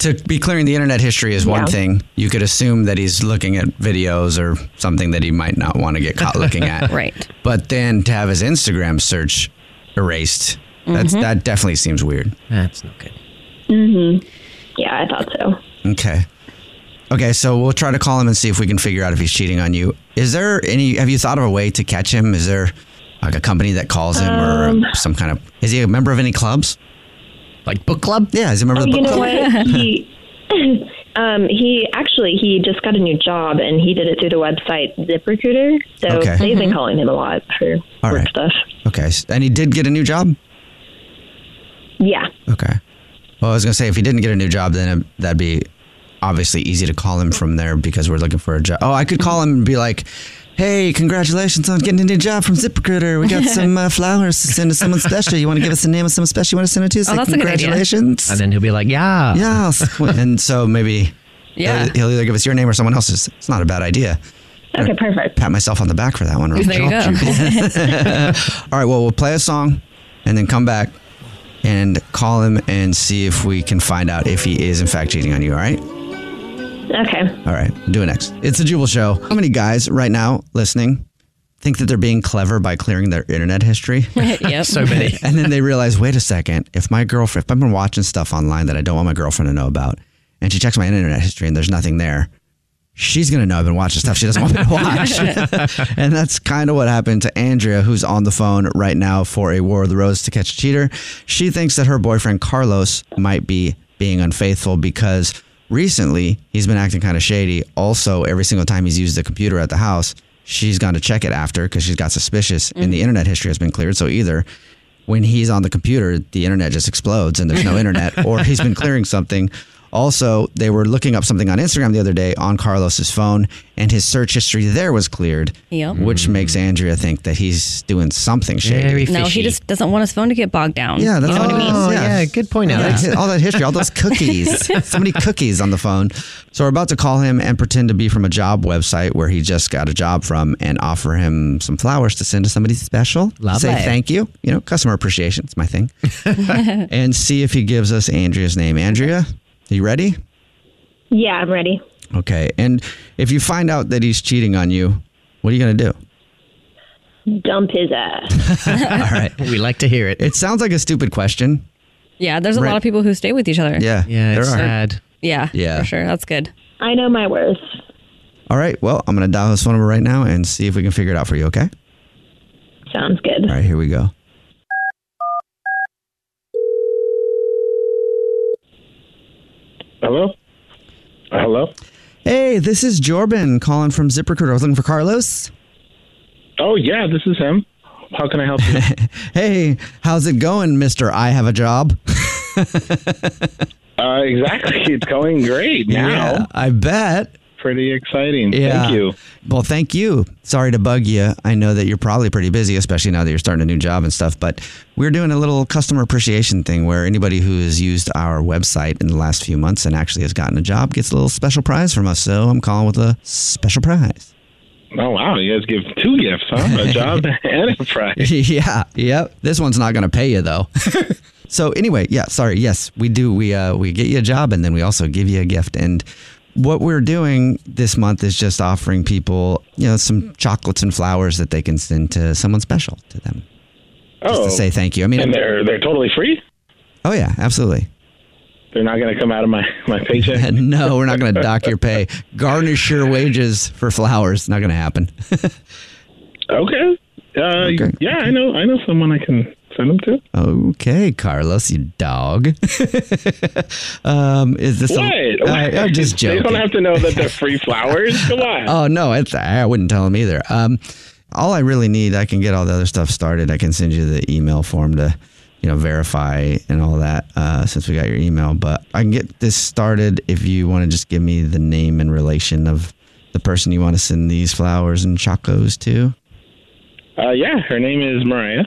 to be clearing the internet history is one Yeah. thing. You could assume that he's looking at videos or something that he might not want to get caught looking at, Right. But then to have his Instagram search erased, that's Mm-hmm. Mhm. that definitely seems weird. That's not good. Mm-hmm. hmm Yeah, I thought so. Okay. Okay, so we'll try to call him and see if we can figure out if he's cheating on you. Is there any? Have you thought of a way to catch him? Is there like a company that calls him Um, or some kind of? Is he a member of any clubs? Like book club? Yeah, is he a member Oh, of the you book know club? what? He, um, he actually he just got a new job, and he did it through the website ZipRecruiter. So Okay. they've been Mhm. calling him a lot for All work right. stuff. Okay, s- and he did get a new job. Yeah. Okay. Well, I was gonna say if he didn't get a new job, then it, that'd be obviously easy to call him from there because we're looking for a job. Oh, I could call him and be like, "Hey, congratulations on getting a new job from ZipRecruiter. We got some uh, flowers to send to someone special. You want to give us the name of someone special you want to send it to? Say, congratulations." And then he'll be like, yeah, Yes. and so maybe Yeah. Uh, he'll, he'll either give us your name or someone else's. It's not a bad idea. Okay, perfect. Pat myself on the back for that one. There you Rob. go. All right, well, we'll play a song and then come back and call him and see if we can find out if he is, in fact, cheating on you. All right? Okay. All right, we'll do it next. It's the Jubal Show. How many guys right now listening think that they're being clever by clearing their internet history? Yep. So many. and then they realize, wait a second, if my girlfriend, if I've been watching stuff online that I don't want my girlfriend to know about, and she checks my internet history and there's nothing there, she's going to know I've been watching stuff she doesn't want me to watch. and that's kind of what happened to Andrea, who's on the phone right now for a War of the Rose to catch a cheater. She thinks that her boyfriend, Carlos, might be being unfaithful because recently he's been acting kind of shady. Also, every single time he's used the computer at the house, she's gone to check it after because she's got suspicious and the internet history has been cleared. So either when he's on the computer, the internet just explodes and there's no internet, or he's been clearing something. Also, they were looking up something on Instagram the other day on Carlos's phone, and his search history there was cleared, Yep. which makes Andrea think that he's doing something shady. No, he just doesn't want his phone to get bogged down. Yeah, that's you know what I mean? oh, yeah. good point, Yeah, Alex. all that history, all those cookies, so many cookies on the phone. So we're about to call him and pretend to be from a job website where he just got a job from, and offer him some flowers to send to somebody special. Love Say it. thank you. You know, customer appreciation. It's my thing. and see if he gives us Andrea's name. Andrea, you ready? Yeah, I'm ready. Okay. And if you find out that he's cheating on you, what are you going to do? Dump his ass. All right. We like to hear it. It sounds like a stupid question. Yeah, there's a Right. lot of people who stay with each other. Yeah. Yeah. There are. Sad. Yeah. Yeah. For sure. That's good. I know my worth. All right. Well, I'm going to dial his phone number right now and see if we can figure it out for you. Okay. Sounds good. All right. Here we go. Hello? Hello? Hey, this is Jordan calling from ZipRecruiter. I was looking for Carlos. Oh, yeah, this is him. How can I help you? Hey, how's it going, Mister? I have a job. uh, exactly. It's going great now. I bet. pretty exciting. Thank you. Well, thank you. Sorry to bug you. I know that you're probably pretty busy, especially now that you're starting a new job and stuff, but we're doing a little customer appreciation thing where anybody who has used our website in the last few months and actually has gotten a job gets a little special prize from us. So I'm calling with a special prize. Oh wow, you guys give two gifts, huh? A job and a prize. yeah. Yep. This one's not going to pay you though. so anyway, yeah. Sorry. Yes, we do. We uh we get you a job and then we also give you a gift. And what we're doing this month is just offering people, you know, some chocolates and flowers that they can send to someone special to them. Oh, to say thank you. I mean- and they're they're totally free. Oh yeah, absolutely. They're not going to come out of my my paycheck. no, we're not going to dock your pay. Garnish your wages for flowers. Not going to happen. Okay. Uh, Yeah, I know. I know someone I can send them to. Okay, Carlos, you dog. um, is this what? A, I, am just They joking. don't have to know that they're free flowers. Come on. Oh no, it's, I wouldn't tell him either. Um, all I really need, I can get all the other stuff started. I can send you the email form to, you know, verify and all that. Uh, since we got your email, but I can get this started if you want to just give me the name and relation of the person you want to send these flowers and chocos to. Uh, yeah, her name is Mariah.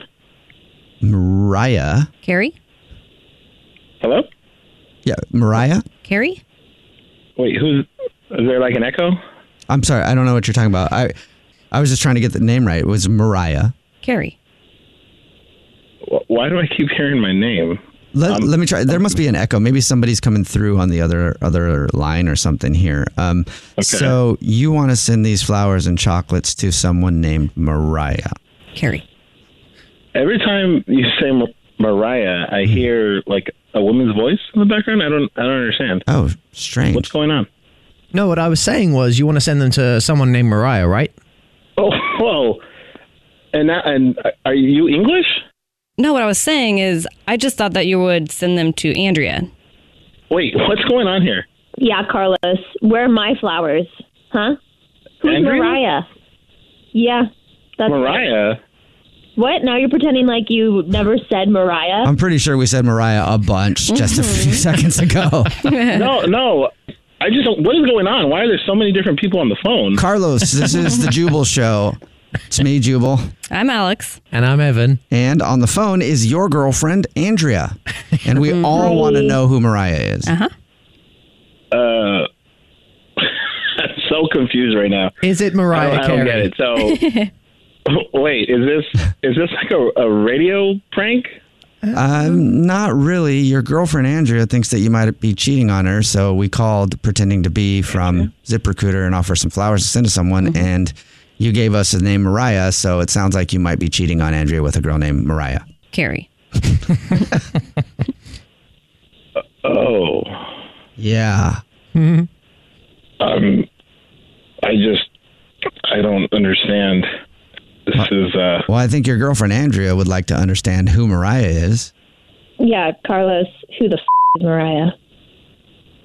Mariah. Carrie? Hello. Yeah, Mariah. Carrie? Wait, who's? Is there like an echo? I'm sorry, I don't know what you're talking about. I I was just trying to get the name right. It was Mariah. Carrie. Wh- Why do I keep hearing my name? Um, Let, let me try. There must be an echo. Maybe somebody's coming through on the other other line or something here. Um, So you want to send these flowers and chocolates to someone named Mariah? Carrie. Every time you say Mar- Mariah, I Hmm. hear like a woman's voice in the background. I don't. I don't understand. Oh, strange. What's going on? No, what I was saying was you want to send them to someone named Mariah, right? Oh, whoa! And that, and uh, are you English? No, what I was saying is I just thought that you would send them to Andrea. Wait, what's going on here? Yeah, Carlos, where are my flowers? Huh? Who's Andrea? Mariah? Yeah, that's Mariah. What? Now you're pretending like you never said Mariah. I'm pretty sure we said Mariah a bunch just a few seconds ago. no, no. I just don't. What is going on? Why are there so many different people on the phone? Carlos, this is the Jubal Show. It's me, Jubal. I'm Alex. And I'm Evan. And on the phone is your girlfriend, Andrea. And we all want to know who Mariah is. Uh-huh. Uh, I'm so confused right now. Is it Mariah I don't, I don't get Carey? it. So. Wait, is this is this like a, a radio prank? Um, not really. Your girlfriend Andrea thinks that you might be cheating on her, so we called pretending to be from ZipRecruiter and offer some flowers to send to someone. Mm-hmm. And you gave us the name Mariah, so it sounds like you might be cheating on Andrea with a girl named Mariah. Carrie. Oh, yeah. Mm-hmm. Um, I just I don't understand. This is uh. Well, I think your girlfriend Andrea would like to understand who Mariah is. yeah, Carlos, who the f- is Mariah?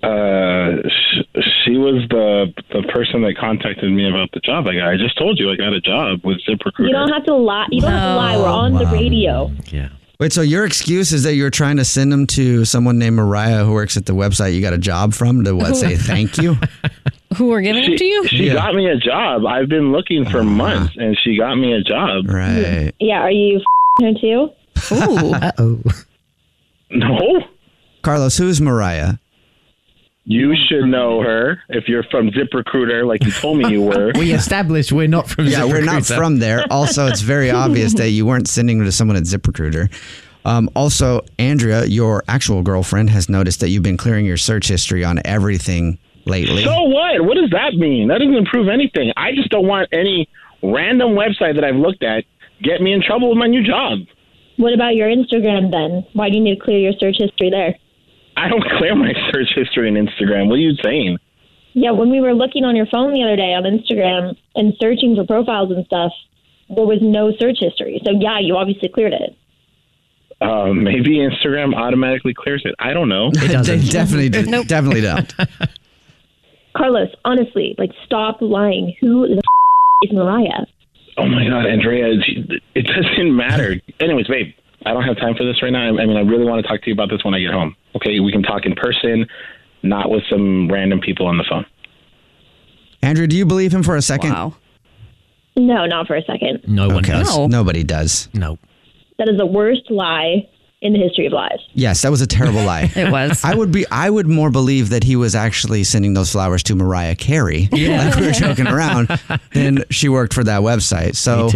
Uh, sh- she was the the person that contacted me about the job. Like I just told you, I got a job with ZipRecruiter. You don't have to lie. You don't have to lie. We're on the radio. Wait, so your excuse is that you're trying to send them to someone named Mariah who works at the website you got a job from to what say thank you? Who are giving it to you? She got me a job. I've been looking for months, and she got me a job. Right. Yeah, are you f- her too? oh. No. Carlos, who's Mariah? You should know her if you're from ZipRecruiter, like you told me you were. We established we're not from yeah, we're not ZipRecruiter. from there. Also, it's very obvious that you weren't sending them to someone at ZipRecruiter. Um, also, Andrea, your actual girlfriend, has noticed that you've been clearing your search history on everything lately. So what? What does that mean? That doesn't improve anything. I just don't want any random website that I've looked at get me in trouble with my new job. What about your Instagram then? Why do you need to clear your search history there? I don't clear my search history on Instagram. What are you saying? Yeah, when we were looking on your phone the other day on Instagram and searching for profiles and stuff, there was no search history. So yeah, you obviously cleared it. Uh, maybe Instagram automatically clears it. I don't know. It doesn't. They definitely do. Definitely don't. Carlos, honestly, like stop lying. Who the f- is Mariah? Oh my God, Andrea, it doesn't matter. Anyways, babe, I don't have time for this right now. I mean, I really want to talk to you about this when I get home. Okay, we can talk in person, not with some random people on the phone. Andrew, do you believe him for a second? Wow. No, not for a second. No one okay. does. No. Nobody does. No. That is the worst lie in the history of lies. Yes, that was a terrible lie. It was. I would be. I would more believe that he was actually sending those flowers to Mariah Carey, Yeah. like we were joking around, than she worked for that website. So,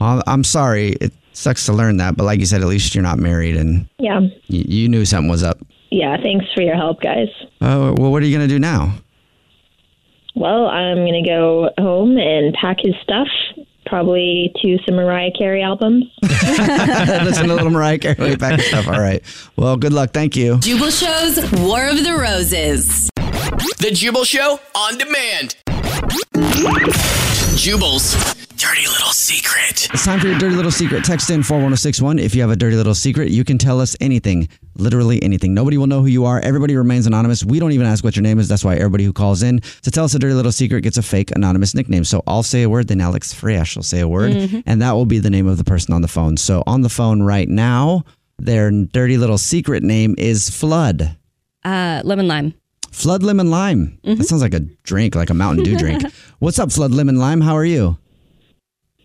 I'm- I'm sorry. It sucks to learn that, but like you said, at least you're not married, and Yeah. you, you knew something was up. Yeah. Thanks for your help, guys. Oh well, what are you gonna do now? Well, I'm going to go home and pack his stuff, probably to some Mariah Carey albums. Listen to little Mariah Carey way back and stuff. All right. Well, good luck. Thank you. Jubal Show's War of the Roses. The Jubal Show on demand. Jubal's dirty little secret. It's time for your dirty little secret. Text in 41061. If you have a dirty little secret, you can tell us anything, literally anything. Nobody will know who you are. Everybody remains anonymous. We don't even ask what your name is. That's why everybody who calls in to tell us a dirty little secret gets a fake anonymous nickname. So I'll say a word, then Alex Fresh will say a word, Mm-hmm. Mhm. and that will be the name of the person on the phone. So on the phone right now, their dirty little secret name is Flood. Uh, lemon lime. Mm-hmm. Flood Lemon Lime. That sounds like a drink, like a Mountain Dew drink. What's up, Flood Lemon Lime? How are you?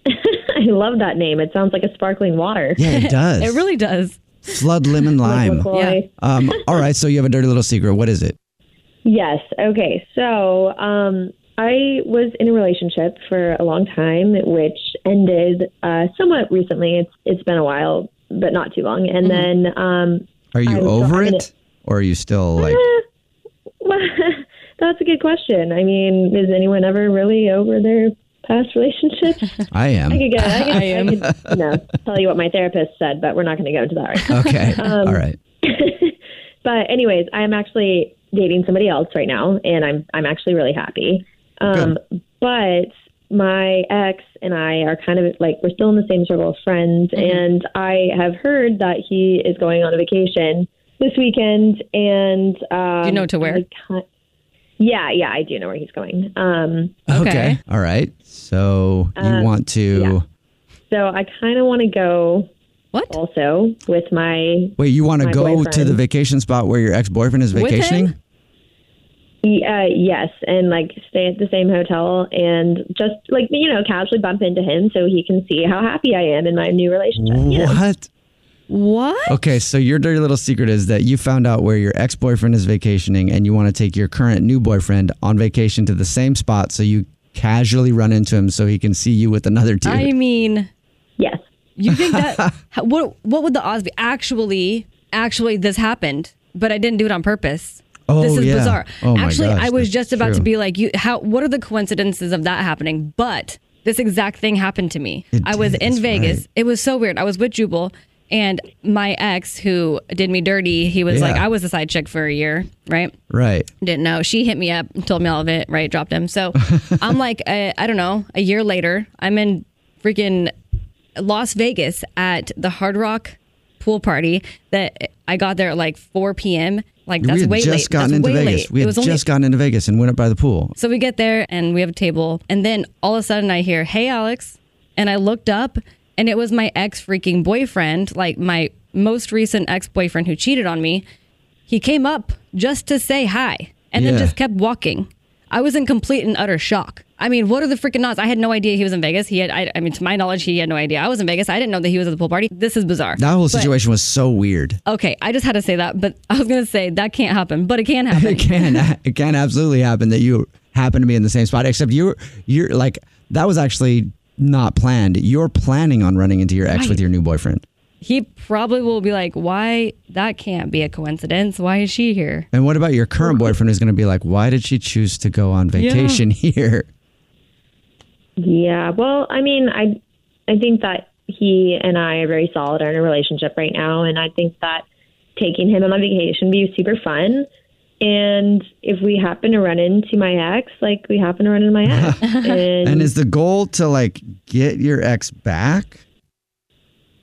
I love that name. It sounds like a sparkling water. Yeah, it does. It really does. Flood Lemon Lime. LaCroix. Um, all right, so you have a dirty little secret. What is it? Yes. Okay. So um, I was in a relationship for a long time, which ended uh, somewhat recently. It's it's been a while, but not too long. And then um, Mm-hmm. Are you I was over having it? Or are you still like, that's a good question. I mean, is anyone ever really over their past relationships? I am? I could go. I, could, I I, am. could, no, tell you what my therapist said, but we're not going to go into that right now. Um, Okay. All right. But anyways, I'm actually dating somebody else right now, and I'm I'm actually really happy. Um, but my ex and I are kind of like we're still in the same circle of friends, Mm-hmm. and I have heard that he is going on a vacation this weekend, and um, Do you know to where? I can't- yeah, yeah, I do know where he's going. Um, All right. So you Um, want to. so I kind of want to go. What? Also with my Wait, you want to my go to boyfriend. the vacation spot where your ex boyfriend is With him? vacationing? Y- Uh, yes, and like stay at the same hotel and just like you know casually bump into him so he can see how happy I am in my new relationship. you know? What? What? Okay, so your dirty little secret is that you found out where your ex boyfriend is vacationing and you want to take your current new boyfriend on vacation to the same spot so you casually run into him so he can see you with another dude. I mean, yes. You think that? how- what What would the odds be? Actually, actually, this happened, but I didn't do it on purpose. Oh, this is yeah. bizarre. Oh, my actually, gosh, I was that's just about to true. be like, you. How? What are the coincidences of that happening? But this exact thing happened to me. It I was did, in that's Vegas. right. It was so weird. I was with Jubal. And my ex, who did me dirty, he was Yeah. like, I was a side chick for a year, right? right. didn't know. She hit me up, told me all of it, right? Dropped him. So I'm like, I, I don't know. A year later, I'm in freaking Las Vegas at the Hard Rock pool party that I got there at like 4 p.m. Like that's we had way just late. gotten that's into way Vegas. late. It We had was just only- gotten into Vegas and went up by the pool. so we get there and we have a table, and then all of a sudden I hear, "Hey, Alex," and I looked up, and it was my ex freaking boyfriend, like my most recent ex boyfriend who cheated on me. He came up just to say hi, and Yeah. then just kept walking. I was in complete and utter shock. I mean, what are the freaking odds? I had no idea he was in Vegas. He had, I, I mean, to my knowledge, he had no idea I was in Vegas. I didn't know that he was at the pool party. This is bizarre. That whole But- situation was so weird. okay, I just had to say that, but I was gonna say that can't happen, but it can happen. It can it can absolutely happen that you happen to be in the same spot. Except you you're like that was actually not planned. You're planning on running into your ex with Right. your new boyfriend. he probably will be like, "Why? That can't be a coincidence. Why is she here?" And what about your current boyfriend who's going to be like, why did she choose to go on Yeah. vacation here? Yeah. Well, I mean, I I think that he and I are very solid in a relationship right now, and I think that taking him on a vacation would be super fun. And if we happen to run into my ex, like we happen to run into my ex, and, And is the goal to like get your ex back?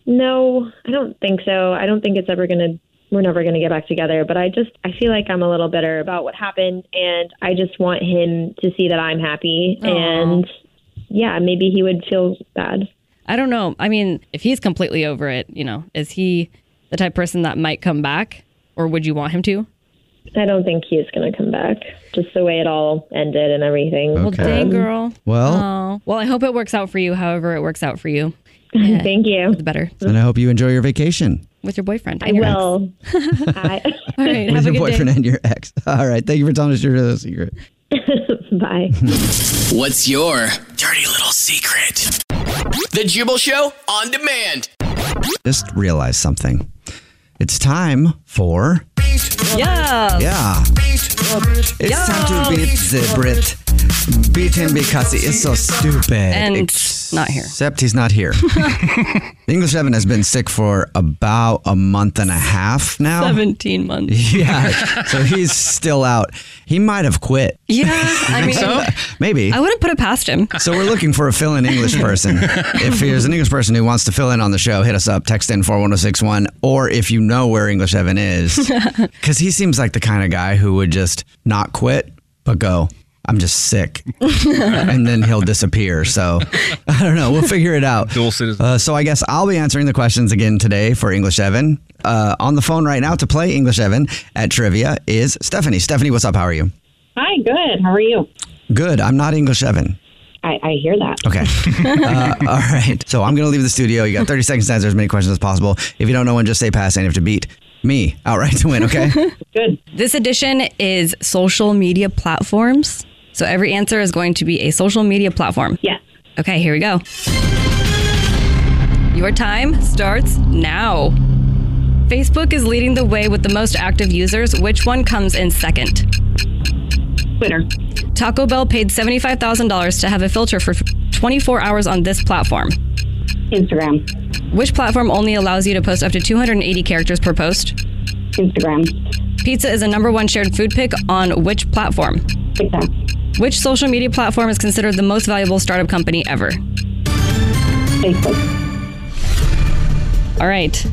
No, I don't think so. I don't think it's ever going to we're never going to get back together, but I just I feel like I'm a little bitter about what happened and I just want him to see that I'm happy Aw. and yeah, maybe he would feel bad. I don't know. I mean, if he's completely over it, you know, is he the type of person that might come back, or would you want him to? I don't think he's going to come back. Just the way it all ended and everything. Well, dang, girl. Well- Aw. well, I hope it works out for you. However, it works out for you. Thank you. The better And I hope you enjoy your vacation. with your boyfriend. I will. I, All right. With have a your good boyfriend day. and your ex. All right. Thank you for telling us your little secret. Bye. What's your dirty little secret? The Jubal Show on demand. Just realized something. It's time for. Yeah. Yeah. It's time to beat the Brit. Beat him because he is so stupid. And not here. Except he's not here. the English Evan has been sick for about a month and a half now. 17 months. Yeah. so he's still out. He might have quit. Yeah. I mean, Maybe. I wouldn't put it past him. So we're looking for a fill-in English person. if there's an English person who wants to fill in on the show, hit us up, text in 41061, or if you know where English Evan is, because he seems like the kind of guy who would just not quit, but go, I'm just sick. and then he'll disappear. So I don't know. We'll figure it out. Dual citizen. Uh, so I guess I'll be answering the questions again today for English Evan. Uh, on the phone right now to play English Evan at trivia is Stephanie. Stephanie, what's up? How are you? Hi, good. How are you? Good. I'm not English Evan. I, I hear that. Okay. Uh, all right. So I'm going to leave the studio. You got 30 seconds to answer as many questions as possible. If you don't know one, just say pass and you have to beat me outright to win, okay? Good. This edition is social media platforms. So every answer is going to be a social media platform. Yes. Okay, here we go. Your time starts now. Facebook is leading the way with the most active users. Which one comes in second? Twitter. Taco Bell paid $75,000 to have a filter for 24 hours on this platform. Instagram. Which platform only allows you to post up to 280 characters per post? Instagram. Pizza is a number one shared food pick on which platform? TikTok. Which social media platform is considered the most valuable startup company ever? Facebook. All right.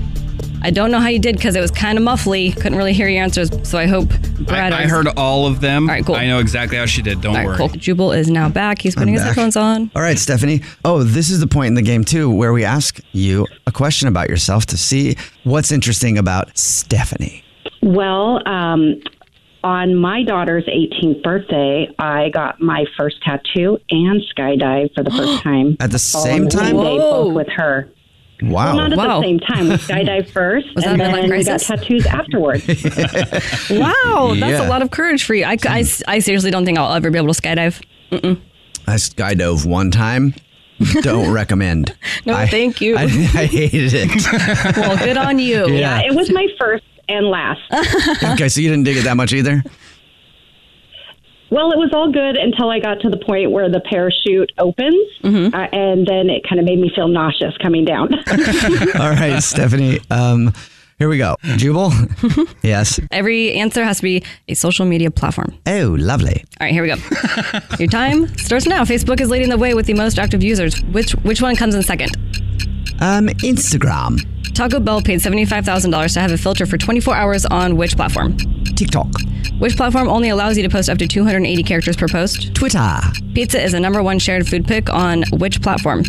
I don't know how you did because it was kind of muffly. Couldn't really hear your answers, so I hope Brad. I, I heard all of them. All right, cool. I know exactly how she did. Don't worry. Cool. Jubal is now back. He's putting his back. headphones on. All right, Stephanie. Oh, this is the point in the game, too, where we ask you a question about yourself to see what's interesting about Stephanie. Well, um, on my daughter's 18th birthday, I got my first tattoo and skydive for the first time. At the all same on the time? Same day, Whoa. both with her. Wow. Well, not at the same time. We skydived first, Was that and a midlife then we got crisis? tattoos afterwards. Wow, that's a Yeah. lot of courage for you. I, c- I s- I seriously don't think I'll ever be able to skydive. Mm-mm. I skydove one time. Don't recommend. No, I- thank you. I, I hated it. well, good on you. Yeah. it was my first and last. okay, so you didn't dig it that much either? Well, it was all good until I got to the point where the parachute opens, uh, and then it kind of made me feel nauseous coming down. All right, Stephanie. Um, here we go. Jubal? yes. Every answer has to be a social media platform. Oh, lovely. All right, here we go. Your time starts now. Facebook is leading the way with the most active users. Which which one comes in second? Um, Instagram, Taco Bell paid $75,000 to have a filter for 24 hours on which platform? TikTok, Which platform only allows you to post up to 280 characters per post? Twitter, Pizza is the number one shared food pick on which platform?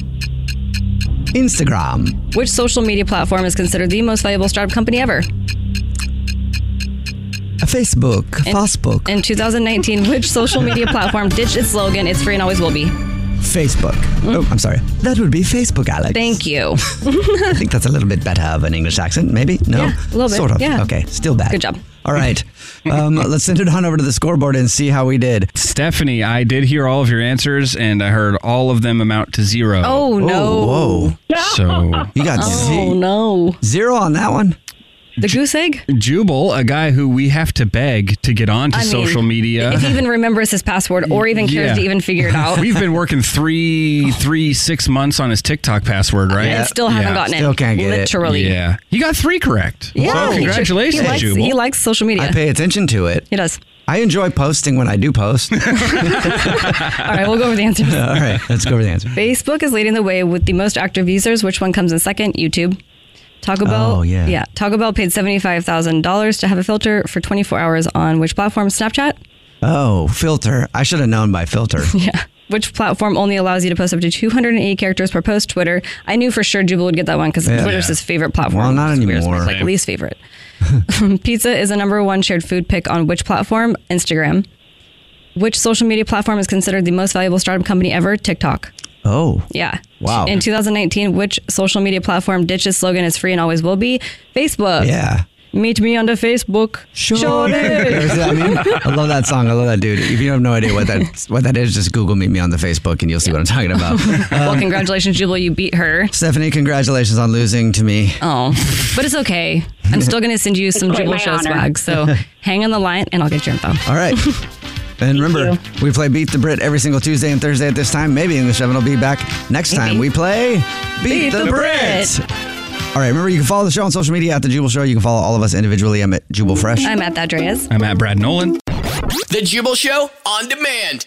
Instagram, Which social media platform is considered the most valuable startup company ever? Facebook, Facebook, In 2019, which social media platform ditched its slogan, it's free and always will be? Facebook. Oh, I'm sorry. That would be Facebook, Alex. Thank you. I think that's a little bit better of an English accent, maybe? No? Yeah, a little bit, Sort of. yeah. Okay, still bad. Good job. All right. Um, let's send it on over to the scoreboard and see how we did. Stephanie, I did hear all of your answers, and I heard all of them amount to zero. Oh, no. Whoa. So you got Oh, no. zero on that one. The goose egg? Jubal, a guy who we have to beg to get onto I mean, social media. If he even remembers his password or even cares Yeah. to even figure it out. We've been working three, three, six months on his TikTok password, right? And still haven't gotten it. Still can't get Literally. it. Yeah. You got three correct. Yeah. Well, He- congratulations, he likes, Jubal. He likes social media. I pay attention to it. He does. I enjoy posting when I do post. All All right, we'll go over the answers. right, let's go over the answer. Facebook is leading the way with the most active users. Which one comes in second? YouTube. Taco Bell. Oh, yeah. Yeah. Taco Bell paid $75,000 to have a filter for 24 hours on which platform? Snapchat? Oh, filter. I should have known by filter. Yeah. which platform only allows you to post up to 280 characters per post? Twitter. I knew for sure Jubal would get that one because Yeah. Twitter's Yeah. his favorite platform. Well, not It's weird, it's anymore. Like least favorite. Pizza is the number one shared food pick on which platform? Instagram. Which social media platform is considered the most valuable startup company ever? TikTok. Oh. Yeah. Wow. In 2019, which social media platform ditched its slogan "It's free and always will be"? Facebook. Yeah. Meet me on the Facebook. Sure. There's that- I, mean, I love that song. I love that dude. If you have no idea what that what that is, just Google meet me on the Facebook and you'll see what I'm talking about. well, Um, congratulations, Jubal. You beat her. Stephanie, congratulations on losing to me. Oh, but it's okay. I'm still going to send you It's some quite Jubal my Show honor. swag. So hang on the line and I'll get your info. All right. And remember, we play Beat the Brit every single Tuesday and Thursday at this time. Maybe English Evan will be back next time. We play Beat the Brit. All right. Remember, you can follow the show on social media at The Jubal Show. You can follow all of us individually. I'm at Jubal Fresh. I'm at that, Dreas. I'm at Brad Nolan. The Jubal Show on demand.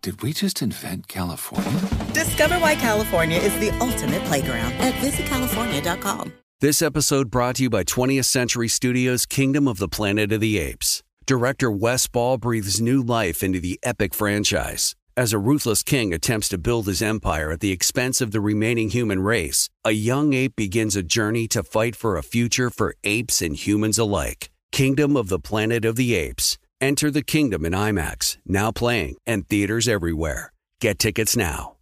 Did we just invent California? Discover why California is the ultimate playground at visitcalifornia.com. This episode brought to you by 20th Century Studios' Kingdom of the Planet of the Apes. Director Wes Ball breathes new life into the epic franchise. As a ruthless king attempts to build his empire at the expense of the remaining human race, a young ape begins a journey to fight for a future for apes and humans alike. Kingdom of the Planet of the Apes. Enter the kingdom in IMAX, now playing, and theaters everywhere. Get tickets now.